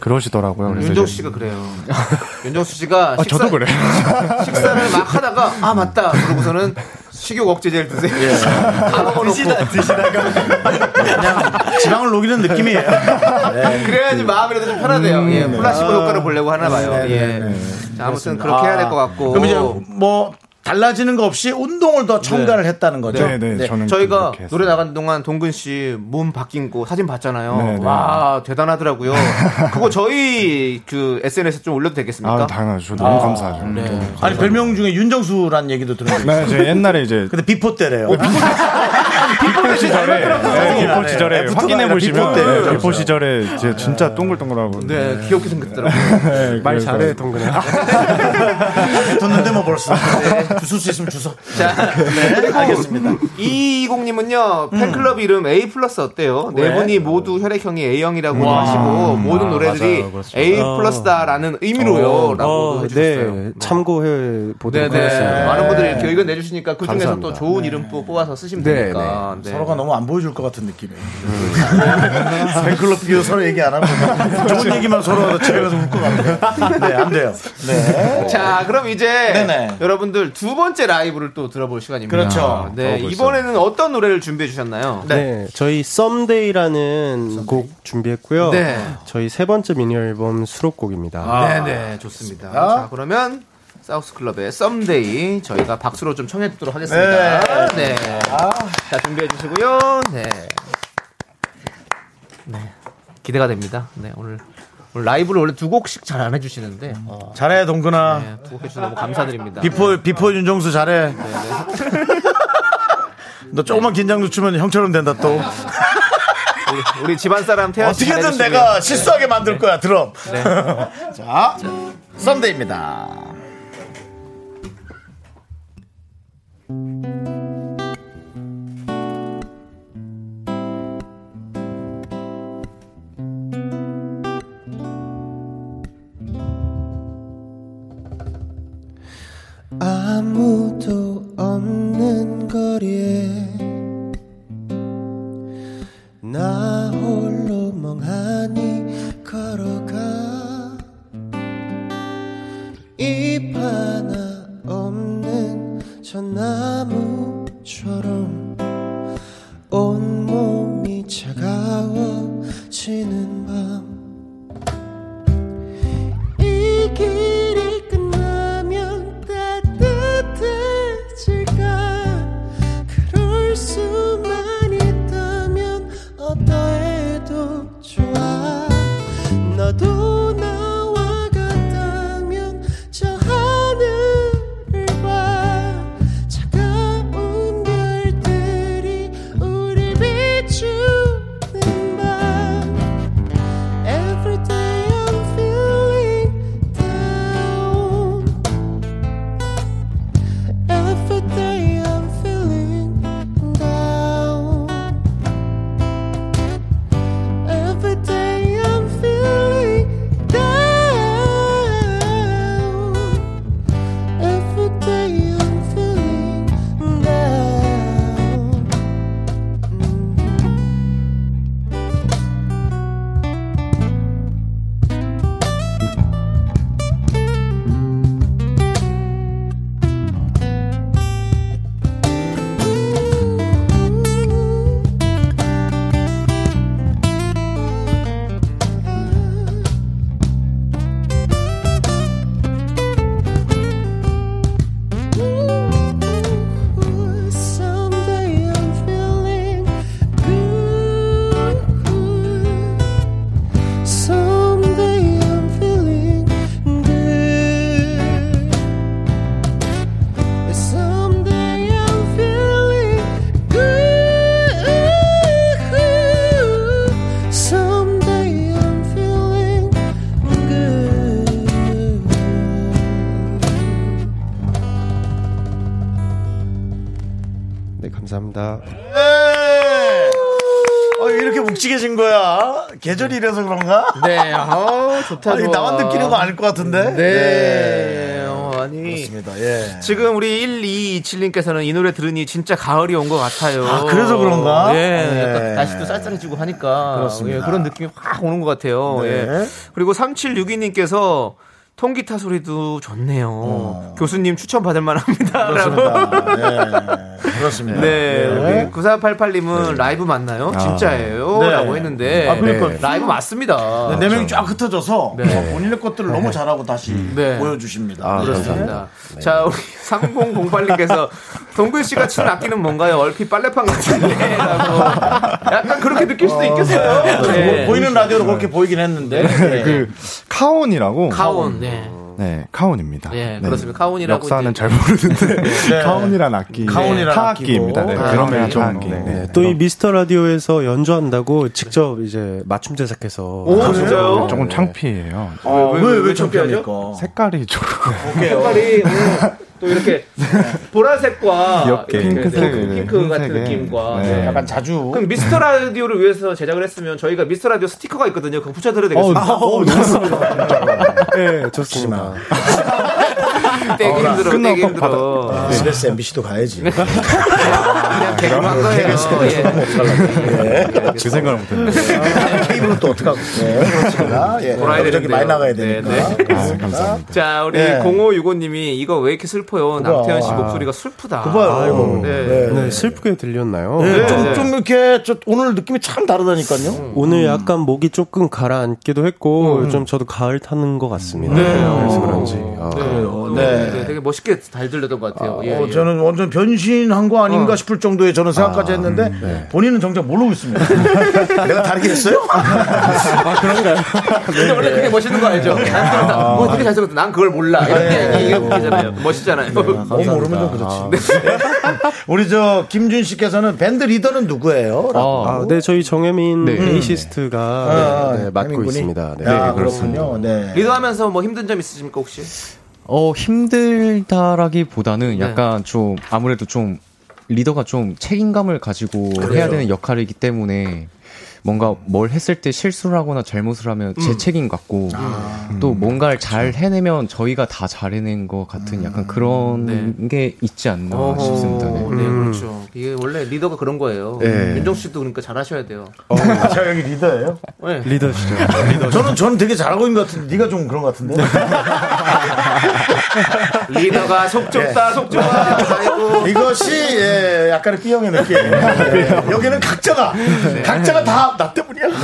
N: 그러시더라고요. 그래서
B: 윤정
N: 이제
B: 씨가 그래요. 윤정수 씨가
N: 아, 저도 그래요.
B: 식사를 막 하다가 아 맞다 그러고서는 식욕 억제제를 드세요.
N: 예.
B: 다 먹어놓고
A: 지방을 녹이는 느낌이에요.
B: 네.
N: 네.
B: 그래야지 마음이라도 좀 편하대요. 예,
N: 아.
A: 네,
B: 플라시보 효과를 보려고 하나 봐요. 예. 자, 아무튼 그렇게 해야 될 것 같고.
A: 그럼 이제 뭐 달라지는 거 없이 운동을 더 첨가를 했다는 거죠.
N: 네,
B: 네.
A: 네.
B: 저희가 노래 나간 동안 동근 씨 몸 바뀐 거 사진 봤잖아요.
A: 네, 네.
B: 와 대단하더라고요. 그거 저희 그 SNS 에좀 올려도 되겠습니까?
N: 아, 당연하죠. 너무 감사하죠.
B: 네.
N: 너무 감사합니다.
A: 아니 별명 중에 윤정수란 얘기도 들은 적
N: 네,
A: 있어요.
N: 저 옛날에 이제
B: 그
A: 근데 비포 때래요.
N: 비포 시절에 네, 비포 시절에
A: 애프터가
N: 확인해
A: 아니라
N: 보시면
A: 비포 때.
N: 네, 비포 시절에 제 진짜 동글동글하고 네,
B: 네, 귀엽게 생겼더라고요.
N: 말 잘해
J: 동글아.
A: 뒀는데 뭐 벌써 주술 수 있으면 주소.
B: 자,
J: 네.
B: 그리고
J: 음.
B: 이이공님은요 팬클럽 이름 A 플러스 어때요?
A: 왜?
B: 네 분이 모두 혈액형이 A형이라고
J: 와.
B: 하시고 모든
J: 아,
B: 노래들이
J: 맞아요. 그렇죠.
B: A
J: 어.
B: 플러스다라는 의미로요라고 해주셨어요.
J: 네, 참고해 보도록
B: 네네.
J: 하겠습니다.
B: 많은 분들이 이렇게 의견 내주시니까 그 중에서 또
J: 감사합니다.
B: 좋은 이름 또 뽑아서 쓰시면
J: 네,
B: 되니까.
J: 네.
A: 서로가 너무 안 보여줄 것 같은 느낌이에요. 팬클럽 비교 서로 얘기 안 하고 좋은 얘기만 서로 하다 집에 가서 울것 같아요. 네, 안 돼요. 네.
B: 자, 그럼 이제
A: 네네.
B: 여러분들 두 번째 라이브를 또 들어볼 시간입니다.
J: 그렇죠.
B: 네,
J: 어, 벌써.
B: 이번에는 어떤 노래를 준비해 주셨나요?
J: 네. 저희 썸데이라는 곡 준비했고요.
B: 네.
J: 저희 세 번째 미니 앨범
N: 아,
J: 수록곡입니다.
B: 네네, 좋습니다. 아, 자, 그러면 사우스 클럽의 썸데이 저희가 박수로 좀 청해 듣도록 하겠습니다. 네.
A: 네.
B: 자, 준비해 주시고요. 네. 네. 기대가 됩니다. 네, 오늘 오늘 라이브를 원래 두 곡씩 잘 안 해주시는데 어,
A: 잘해 동근아.
B: 네, 두 곡 해주셔서 너무 감사드립니다. 네,
A: 뭐, 비포 비포 윤정수 잘해. 네, 너 조금만 긴장 늦추면 형처럼 된다 또.
B: 우리, 우리 집안 사람 태연 씨
A: 어, 어떻게든
B: 잘해주시고요.
A: 내가 실수하게 만들 거야 드럼.
B: 네.
A: 자, 썸데이입니다.
G: 아무도 없는 거리에 나 홀로 멍하니 걸어가 잎 하나 없는 저 나무처럼 온몸이 차가워지는 밤 이 길이 끝나면 따뜻해질까 그럴 수만 있다면 어떠해도 좋아 너도 나와 같다면 저 하늘을 봐 차가운 별들이 우릴 비추는 밤 Every day I'm feeling down. Every day I'm feeling down. Every day I'm feeling down. Every day I'm feeling down. Mm-hmm. Someday I'm feeling good. Someday I'm feeling good. Someday I'm feeling good. Someday I'm feeling good.
J: 네, 감사합니다.
A: 네. 어, 이렇게 묵직해진 거야. 계절이 이래서 그런가?
B: 네, 어, 좋다.
A: 아니,
B: 좋아.
A: 나만 느끼는 거 아닐 것 같은데?
B: 네. 어, 아니.
A: 그렇습니다. 예.
B: 네. 지금 우리 1227님께서는 이 노래 들으니 진짜 가을이 온 것 같아요.
A: 아, 그래서 그런가?
B: 예.
A: 네.
B: 약간 날씨도 쌀쌀해지고 하니까.
A: 그렇습니다.
B: 예, 그런 느낌이 확 오는 것 같아요.
A: 네.
B: 예. 그리고 3762님께서 통기타 소리도 좋네요.
A: 어.
B: 교수님 추천 받을 만합니다.
A: 그렇습니다. 네.
B: 네.
A: 그렇습니다.
B: 우리 9488님은 라이브 맞나요? 진짜예요?
A: 네.
B: 라고 했는데.
A: 아, 그러니까.
B: 라이브 맞습니다.
A: 네, 네 명이 쫙 흩어져서
B: 네.
A: 본인의 것들을 너무 잘하고 다시
B: 네.
A: 보여주십니다. 네.
B: 아,
A: 음. 그렇습니다.
B: 그렇습니다. 자, 우리 3008님께서 동근 씨가 치는 악기는 뭔가요? 얼핏 빨래판 같은데. 라고. 약간 그렇게 느낄 수도 있겠어요. 네.
A: 뭐 보이는 라디오로 그렇게 보이긴 했는데. 네.
N: 그 카온이라고.
B: 카온, 네.
N: 네, 카온입니다.
B: 네, 그렇습니다. 카온이라고
N: 역사는
B: 이제-
N: 잘 모르는데 카온이란 악기,
J: 카온이란
N: 타악기입니다. 네,
J: 악기고.
N: 드럼이랑
J: 아,
N: 타악기. 네.
J: 또 이 미스터 라디오에서 연주한다고 직접 이제 맞춤 제작해서 네,
N: 오,
J: 하는
N: 진짜요?
J: 거예요.
N: 조금 창피해요.
B: 어, 왜왜 네.
N: 색깔이 조금 네.
B: 색깔이 음, 또 이렇게 보라색과
N: 귀엽게.
B: 이렇게
N: 핑크색,
B: 핑크,
N: 네.
B: 핑크 같은
N: 흰색에.
B: 느낌과
N: 네.
A: 약간 자주.
B: 그럼 미스터 라디오를 위해서 제작을 했으면 저희가 미스터 라디오 스티커가 있거든요. 그거 붙여드려야 되겠습니다.
A: 어, 어,
J: 네, 좋습니다.
B: 아, 떼기
A: 어라.
B: 힘들어,
A: 끝나고
B: 떼기
A: 꼭
B: 힘들어.
A: 받아. 아, SBS MBC도 가야지.
B: 그냥 개그만 거예요.
A: 그 생각을 못했네. 케이블은 또 어떡하고. 네, 그렇습니다. 예.
B: 돌아야
A: 갑자기
B: 되는데요.
A: 많이 나가야
B: 네,
A: 되니까.
B: 네.
A: 감사합니다.
B: 자, 우리
A: 예.
B: 0565님이 이거 왜 이렇게 슬퍼요? 남태현 씨
J: 아.
B: 목소리가 슬프다.
J: 아이고.
B: 네.
J: 네. 슬프게 들렸나요?
B: 네, 좀- 네.
A: 아, 좀 이렇게 저- 오늘 느낌이 참 다르다니까요.
J: 오늘 약간 목이 조금 가라앉기도 했고
N: 음.
J: 좀 저도 가을 타는 것
N: 네.
J: 같습니다. 그래서 그런지. 아.
A: 네.
B: 네, 되게 멋있게 잘 들렸던 것 같아요. 예,
A: 어,
B: 예.
A: 저는 완전 변신한 거 아닌가 싶을 정도의 저는 생각까지 했는데 본인은 정작 모르고 있습니다. 내가 다르게 했어요? 아, 그런가요?
B: 근데
A: 네.
B: 원래 그게 멋있는 거 알죠? 난 그런다.
A: 아.
B: 뭐 되게 잘생겼다. 난 그걸 몰라. 이렇게 이게
A: 네.
B: 웃기잖아요. 멋있잖아요.
J: 네,
A: 너무 뭐 모르면 좀 그렇지.
J: 아.
A: 우리 저 김준 씨께서는 밴드 리더는 누구예요? 라고.
J: 아, 네, 저희 정혜민
A: 네.
J: 베이시스트가
A: 아,
J: 네, 네, 맡고
A: 정혜민 군이?
J: 있습니다. 네,
A: 아, 그렇군요. 네.
B: 리더하면서 뭐 힘든 점 있으십니까 혹시?
K: 어 힘들다라기보다는
B: 네.
K: 약간 좀 아무래도 좀 리더가 좀 책임감을 가지고 해야
B: 그래요.
K: 되는 역할이기 때문에 뭔가 뭘 했을 때 실수를 하거나 잘못을 하면 제
B: 음. 아.
K: 책임 같고 또 뭔가를 잘 해내면 저희가 다 잘 해낸 것
B: 음.
K: 같은 약간 그런 게 있지 않나 싶습니다. 네.
B: 네, 그렇죠. 이게 원래 리더가 그런 거예요.
K: 네.
B: 윤정 씨도 그러니까 잘하셔야 돼요.
A: 저 여기 어, 뭐, 리더예요?
B: 네.
J: 리더시죠.
A: 저는 저는 되게 잘하고 있는 것 같은데 네가 좀 그런 것 같은데.
B: 리더가 속 좁다, 속 좁아.
A: 네.
B: 아이고.
A: 이것이 예, 약간의 B형의 느낌. 예, 여기는 각자가 각자가 다 나 때문이야. 네.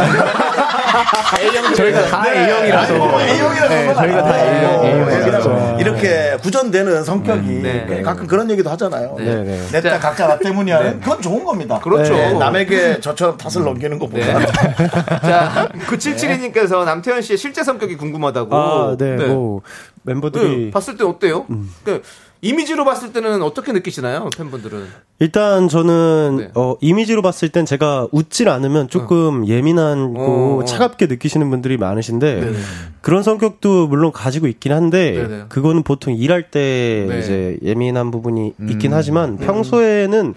A: A형
B: 저희가 다 A형이라서.
A: 뭐 A형이라서
B: 네,
A: 저희가 다
B: A형이라서. 네. 음,
A: 이렇게 구전되는 성격이 예, 가끔 그런 얘기도 하잖아요.
J: 네, 네.
A: 내 딸 각자 나 때문이야. 그건 좋은 겁니다.
B: 네. 그렇죠. 음. 네.
A: 예, 남에게 저처럼 탓을 넘기는 것보다.
B: 자, 9772님께서 남태현 씨의 실제 성격이 궁금하다고.
J: 아, 네, 뭐 멤버들이
B: 네, 봤을 때 어때요? 그 이미지로 봤을 때는 어떻게 느끼시나요, 팬분들은?
J: 일단 저는 어, 이미지로 봤을 땐 제가 웃질 않으면 조금 예민하고
B: 어, 어.
J: 차갑게 느끼시는 분들이 많으신데
B: 네네.
J: 그런 성격도 물론 가지고 있긴 한데
B: 네네.
J: 그거는 보통 일할 때
B: 네.
J: 이제 예민한 부분이 있긴 하지만 평소에는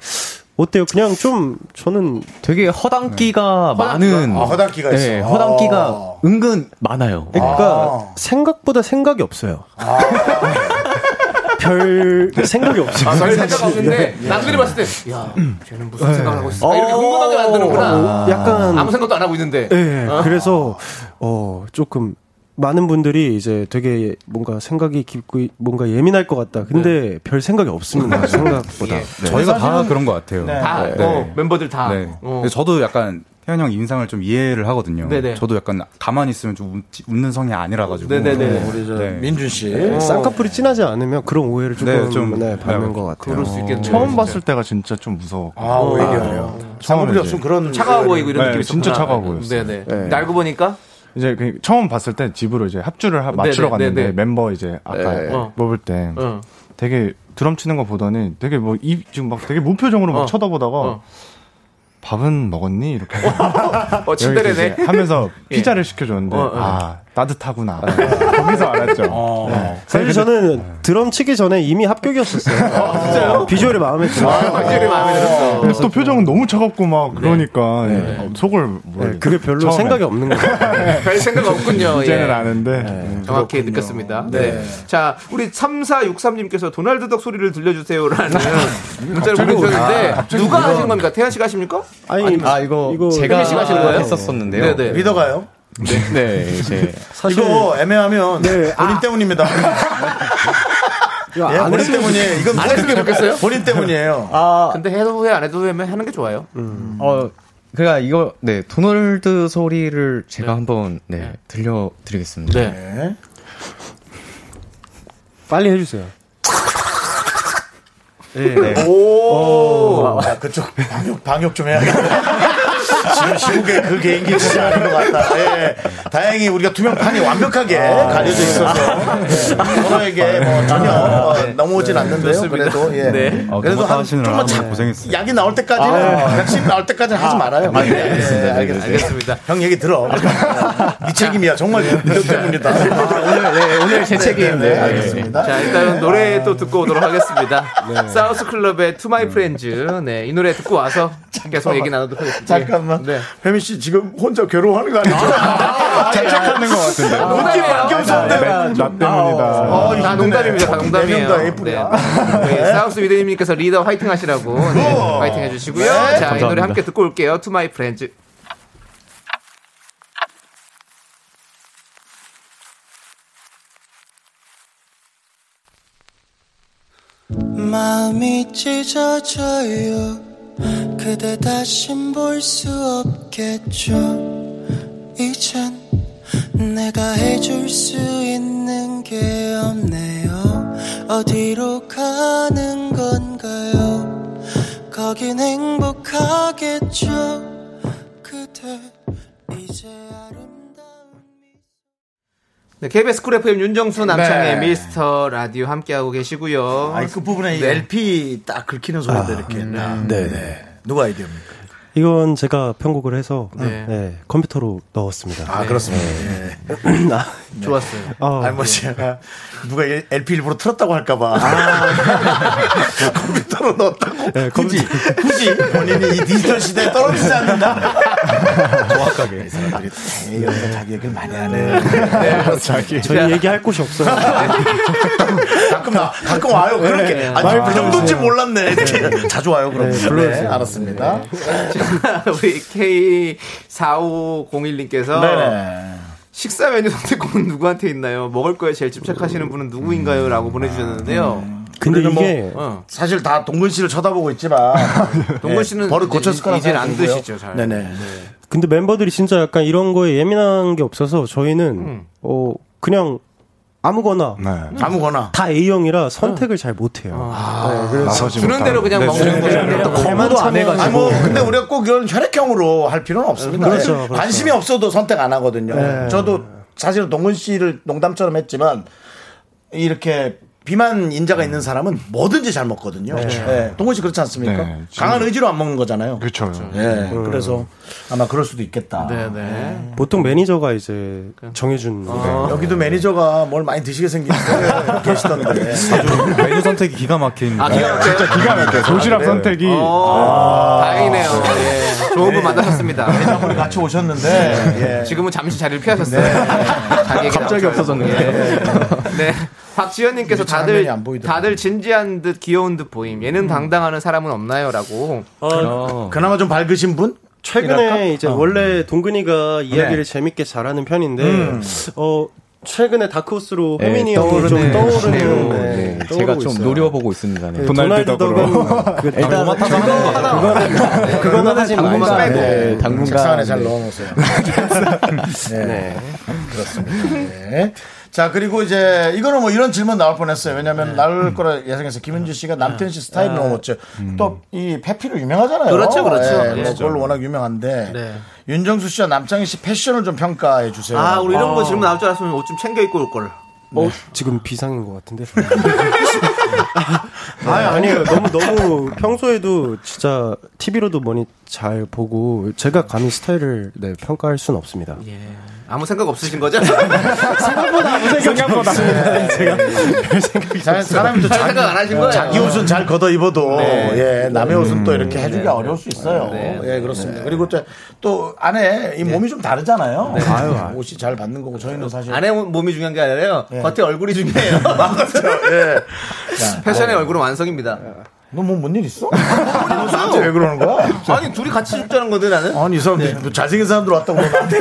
J: 어때요? 그냥 좀 저는
K: 되게 허당끼가 많은
J: 아, 허당끼가
K: 네,
J: 있어.
K: 허당끼가
J: 아.
K: 은근 많아요.
J: 그러니까 생각보다 생각이 없어요. 별 생각이 없어요.
B: 아, 별 생각 없는데
J: 네.
B: 남들이 봤을 때, 야, 쟤는 무슨 생각하고 있어?
J: 어,
B: 이렇게 궁금하게 만드는구나.
J: 어, 약간-
B: 아무 생각도 안 하고 있는데.
J: 네,
B: 어.
J: 그래서 어 조금 많은 분들이 이제 되게 뭔가 생각이 깊고 이- 뭔가 예민할 것 같다. 근데
B: 네.
J: 별 생각이
B: 아,
J: 없습니다. 생각보다
K: 예.
J: 네.
L: 저희가 다 그런 것 같아요.
J: 네. 다,
B: 어, 멤버들 다.
L: 네.
B: 어.
L: 근데 저도 약간 태현 형 인상을 좀 이해를 하거든요.
B: 네네.
L: 저도 약간 가만히 있으면 좀 웃, 는 성이 아니라 가지고.
B: 네네네. 우리
A: 저
L: 민준
B: 예.
L: 씨.
B: 네.
J: 어. 쌍꺼풀이 진하지 않으면 그런 오해를 조금
L: 네,
J: 네,
L: 좀,
J: 받는
L: 네,
J: 것 같아요.
L: 그럴 수
B: 뭐
L: 있겠네요,
N: 처음 봤을 때가 진짜 좀 무서워.
A: 아, 오히려요.
N: 상황을
A: 쌍꺼풀이
N: 이제-
A: 없으면 그런
B: 차가워 보이고 이런
N: 네,
B: 느낌이
N: 진짜
B: 있었구나.
N: 차가워 보였어요.
B: 네네.
N: 네.
B: 근데 알고 보니까
N: 이제 그 처음 봤을 때 집으로 이제 합주를 하-
B: 네네,
N: 맞추러 갔는데
B: 네네.
N: 멤버 이제 아까
B: 네. 어.
N: 뽑을 때
B: 어.
N: 되게 드럼 치는 거 보더니 되게 뭐 입 지금 막 되게 무표정으로 막
B: 어.
N: 쳐다보다가
B: 어.
N: 밥은 먹었니 이렇게
B: 어, 침대래네.
N: 이렇게 하면서
B: 예.
N: 피자를 시켜줬는데
B: 어, 어.
N: 아 따뜻하구나 거기서 알았죠. 네.
J: 사실 저는 드럼 치기 전에 이미 합격이었었어요.
B: 아,
J: 진짜요? 비주얼이 마음에 들어.
B: 비주얼이 마음에 들었어.
N: 근데 또 표정은 너무 차갑고 막 그러니까 예. 속을 모르겠어요.
J: 네, 그게 별로
N: 처음에.
J: 생각이 없는 거예요.
B: 별 생각 없군요.
N: 이제는
B: 예.
N: 아는데 음.
B: 정확히 느꼈습니다. 네.
N: 네.
B: 자, 우리 3463님께서 도날드 덕 소리를 들려주세요라는
K: 갑자기
B: 문자를 보내주셨는데
K: 아, 갑자기
B: 누가
K: 이런-
B: 하신 겁니까? 태현 씨가 하십니까?
J: 아니,
B: 아니면-
K: 아, 이거 제가
B: 태민 씨가 하시는 거예요?
K: 했었었는데요.
B: 네네.
A: 리더가요?
K: 네, 네, 이제
A: 이거 애매하면 본인 때문입니다. 예, 본인 때문이에요. 이건
B: 안 했으면 좋겠어요?
A: 본인 때문이에요.
B: 근데 해도 후회 안 해도 후회면 하는 게 좋아요.
K: 어 그러니까 이거 네 도널드 소리를 제가 한번 네, 들려드리겠습니다.
B: 네.
J: 빨리 해주세요.
A: 네. 오. 야, 아, 그쪽 방역 방역 좀 해야겠다. 지금 시국에 그 개인기 진짜 아닌 것 같다. 예. 다행히 우리가 투명판이 완벽하게 가려져 있어서 예. 서로에게 뭐 전혀 어, 넘어오진 않는데요. 그래도 예.
N: 네.
L: 아,
A: 그래도
L: 도맡아
A: 한
L: 하시느라
A: 좀만 참
L: 고생했어요.
A: 약이 나올 때까지는
L: 아.
A: 백신 나올 때까지는 하지 말아요.
L: 아, 네,
A: 예,
L: 알겠습니다.
A: 예, 알겠습니다.
B: 알겠습니다.
A: 형 얘기 들어. 네 책임이야. 정말 네 때문이다.
B: 오늘 네, 오늘 제 책임.
A: 네, 네, 알겠습니다.
B: 자 일단은 노래 또 듣고 오도록 하겠습니다. 사우스 클럽의 투 마이 프렌즈. 네, 이 노래 듣고 와서 계속 얘기 나누도록 하겠습니다. 네.
A: 잠깐만. 혜민 씨 지금 혼자 괴로워하는 거 아니죠?
N: 자책하는 것 같은데.
A: 눈이 밖에 없었는데.
N: 아, 나 때문이다.
B: 다 농담입니다. 다
A: 네명
B: 농담이에요.
A: 다 예쁘네요.
B: 네, 사우스 위대님께서 리더 화이팅 하시라고 네, 화이팅 해주시고요. 자, 이 노래
K: 감사합니다.
B: 함께 듣고 올게요. 투 마이 프렌즈.
G: 마음이 찢어져요 그대 다신 볼 수 없겠죠 이젠 내가 해줄 수 있는 게 없네요 어디로 가는 건가요 거긴 행복하겠죠 그대 이제
B: 네, KBS 쿨 FM 윤정수 남창의
A: 네.
B: 미스터 라디오 함께하고 계시고요.
A: 아니, 그 부분에 이 LP 딱 긁히는 소리도 이렇게 했나.
J: 네네.
A: 누가 아이디어입니까?
J: 이건 제가 편곡을 해서
A: 네.
J: 네, 컴퓨터로 넣었습니다.
A: 아, 그렇습니다.
J: 네. 아,
B: 좋았어요.
J: 어,
A: 아니, 뭐, 제가, 누가 LP 일부러 틀었다고 할까봐. 컴퓨터로 넣었다고?
J: 네,
A: 굳이, 굳이 본인이 이 디지털 시대에 떨어지지 않는다. 정확하게. 이 사람들이 에이, 여기서 자기 얘기를 많이 하네.
J: 저희 얘기할 곳이 없어요.
A: 아, 가끔, 나, 가끔 와요. 그렇게.
J: 네,
A: 아니,
J: 많이
A: 그 정도인지
J: 불러주세요.
A: 몰랐네. 자주 와요, 그럼.
J: 네,
A: 네,
J: 불러주세요.
A: 알았습니다.
B: 우리 K4501님께서
A: 아, 네네.
B: 식사 메뉴 선택권은 누구한테 있나요? 먹을 거에 제일 집착하시는 분은 누구인가요? 라고 보내주셨는데요.
J: 근데
A: 우리는 뭐
J: 이게
A: 사실 다 동근 씨를 쳐다보고 있지만
B: 동건 씨는
A: 예, 버릇
B: 이제-
A: 고쳤을 거라
B: 이제는 안
A: 생각이고요.
B: 드시죠, 잘.
A: 네네.
J: 근데 멤버들이 진짜 약간 이런 거에 예민한 게 없어서 저희는
A: 음.
J: 어 그냥 아무거나
N: 네.
A: 아무거나
J: 다 A형이라
A: 음.
J: 선택을 잘 못해요.
A: 아.
J: 네, 그래서
B: 주는 대로 그냥 먹는 거잖아요.
J: 거부도 안 해가지고.
A: 아니 뭐 근데 우리가 꼭 이런 혈액형으로 할 필요는 없습니다.
J: 그렇죠, 그렇죠.
A: 관심이 없어도 선택 안 하거든요.
J: 네.
A: 저도 사실 동근 씨를 농담처럼 했지만 이렇게 비만 인자가 있는 사람은 뭐든지 잘 먹거든요.
J: 네.
A: 예, 동근 씨 그렇지 않습니까?
N: 네, 지금-
A: 강한 의지로 안 먹는 거잖아요.
N: 그렇죠.
A: 예, 그래서 아마 그럴 수도 있겠다.
B: 네네.
J: 보통 매니저가 이제
A: 그러니까.
J: 정해준
A: 아. 여기도 매니저가 뭘 많이 드시게 생긴 분들 계시던데.
L: 메뉴 아, 선택이 기가 막힌.
B: 아, 기가 막혀요.
N: 진짜 기가 막혀요.
K: 네.
N: 도시락 선택이.
B: 다행이네요. 예. 좋은 분 만나셨습니다.
A: 우리 같이 오셨는데. 예.
B: 지금은 잠시 자리를 피하셨어요. 자기 얘기
K: 갑자기
B: 나오죠.
K: 없어졌는데.
B: 예. 네. 박지현님께서
A: 이게 장면이
B: 다들
A: 안 보이더라고요.
B: 다들 진지한 듯 귀여운 듯 보임. 얘는 당당하는 사람은 없나요?라고.
J: 어.
A: 그나마 좀 밝으신 분?
J: 최근에
A: 이랄까?
J: 이제 원래 동근이가 이야기를 재밌게 잘하는 편인데 어 최근에 다크호스로 호민이 형이 좀 네, 떠오르는 네, 떠오르고
K: 제가 좀
J: 있어요.
K: 노려보고 있습니다. 네.
J: 네,
N: 도날드
J: 도날드
N: 덕으로.
J: 덕은 그 일단
L: 도마타도 하는 거예요.
J: 네. 그거는 그거는 하지
B: 당분간
J: 말고
B: 빼고.
K: 네,
A: 책상
K: 당분간
A: 안에 잘
K: 네.
A: 넣어놓으세요. 네. 그렇습니다. 네. 자, 그리고 이제, 이거는 뭐 이런 질문 나올 뻔 했어요.
B: 네.
A: 왜냐면 나올 거라 예상해서 김은주 씨가 남태현 씨 스타일이 너무 멋져. 또, 이 페피로 유명하잖아요.
B: 음. 그렇죠, 그렇죠.
A: 예, 뭐
B: 그렇죠.
A: 그걸로 워낙 유명한데.
B: 네.
A: 윤정수 씨와 남창희 씨 패션을 좀 평가해 주세요. 어,
B: 아, 우리 이런 거 질문 나올 줄 알았으면 옷 좀 챙겨 입고 올 걸.
J: 어 지금 비상인 것 같은데 아 아니에요 너무 너무 평소에도 진짜 TV로도 많이 잘 보고 제가 감히 스타일을 네, 평가할 수는 없습니다
B: 아무 생각 없으신 거죠?
L: 뭐
N: 생각보다.
A: 자, 사람이 또
B: 잘
A: 그 자기, 어.
B: 생각 안 하신 거예요.
A: 자기 옷은 잘 걷어 입어도
B: 네.
A: 예, 남의 옷은 또 이렇게 해주기 어려울 수 있어요. 예, 그렇습니다. 그리고 또, 또 안에 이 몸이 좀 네. 다르잖아요. 아유, 옷이 잘 받는 거고 저희는 사실
B: 안에 몸이 중요한 게 아니라요.
A: 네.
B: 겉에 얼굴이 중요해요.
A: 예. 어. 네.
B: 패션의 얼굴은 완성입니다.
A: 너뭐뭔일 있어? 나한테 왜 그러는 거야?
B: 아니 둘이 같이 죽자는 건데 나는.
A: 아니 이 사람들 뭐 잘생긴 사람들 왔다고 그러면 안 돼.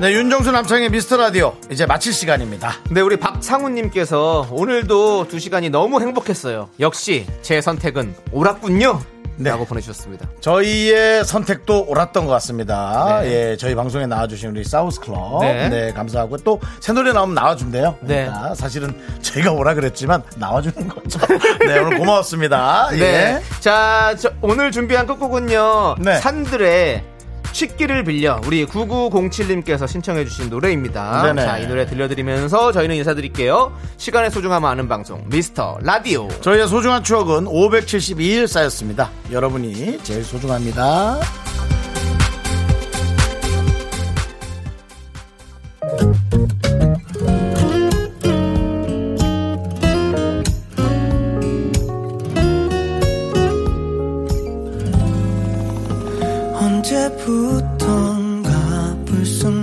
A: 네, 윤정수 남창의 미스터 라디오 이제 마칠 시간입니다.
B: 네, 우리 박상훈님께서 오늘도 두 시간이 너무 행복했어요. 역시 제 선택은 옳았군요.
A: 네.
B: 라고 보내주셨습니다.
A: 저희의 선택도 옳았던 것 같습니다.
B: 네.
A: 예, 저희 방송에 나와주신 우리 사우스 클럽. 네.
B: 네.
A: 감사하고 또 새 노래 나오면 나와준대요.
B: 네.
A: 그러니까 사실은 저희가 오라 그랬지만 나와주는 거죠. 네, 오늘 고마웠습니다. 예.
B: 네. 자, 저- 오늘 준비한 끝곡은요.
A: 네.
B: 산들의 취기를 빌려 우리 9907님께서 신청해주신 노래입니다.
A: 네네.
B: 자, 이 노래 들려드리면서 저희는 인사드릴게요. 시간의 소중함을 아는 방송, 미스터 라디오.
A: 저희의 소중한 추억은 572일 쌓였습니다. 여러분이 제일 소중합니다.
G: 언제부턴가 불쑥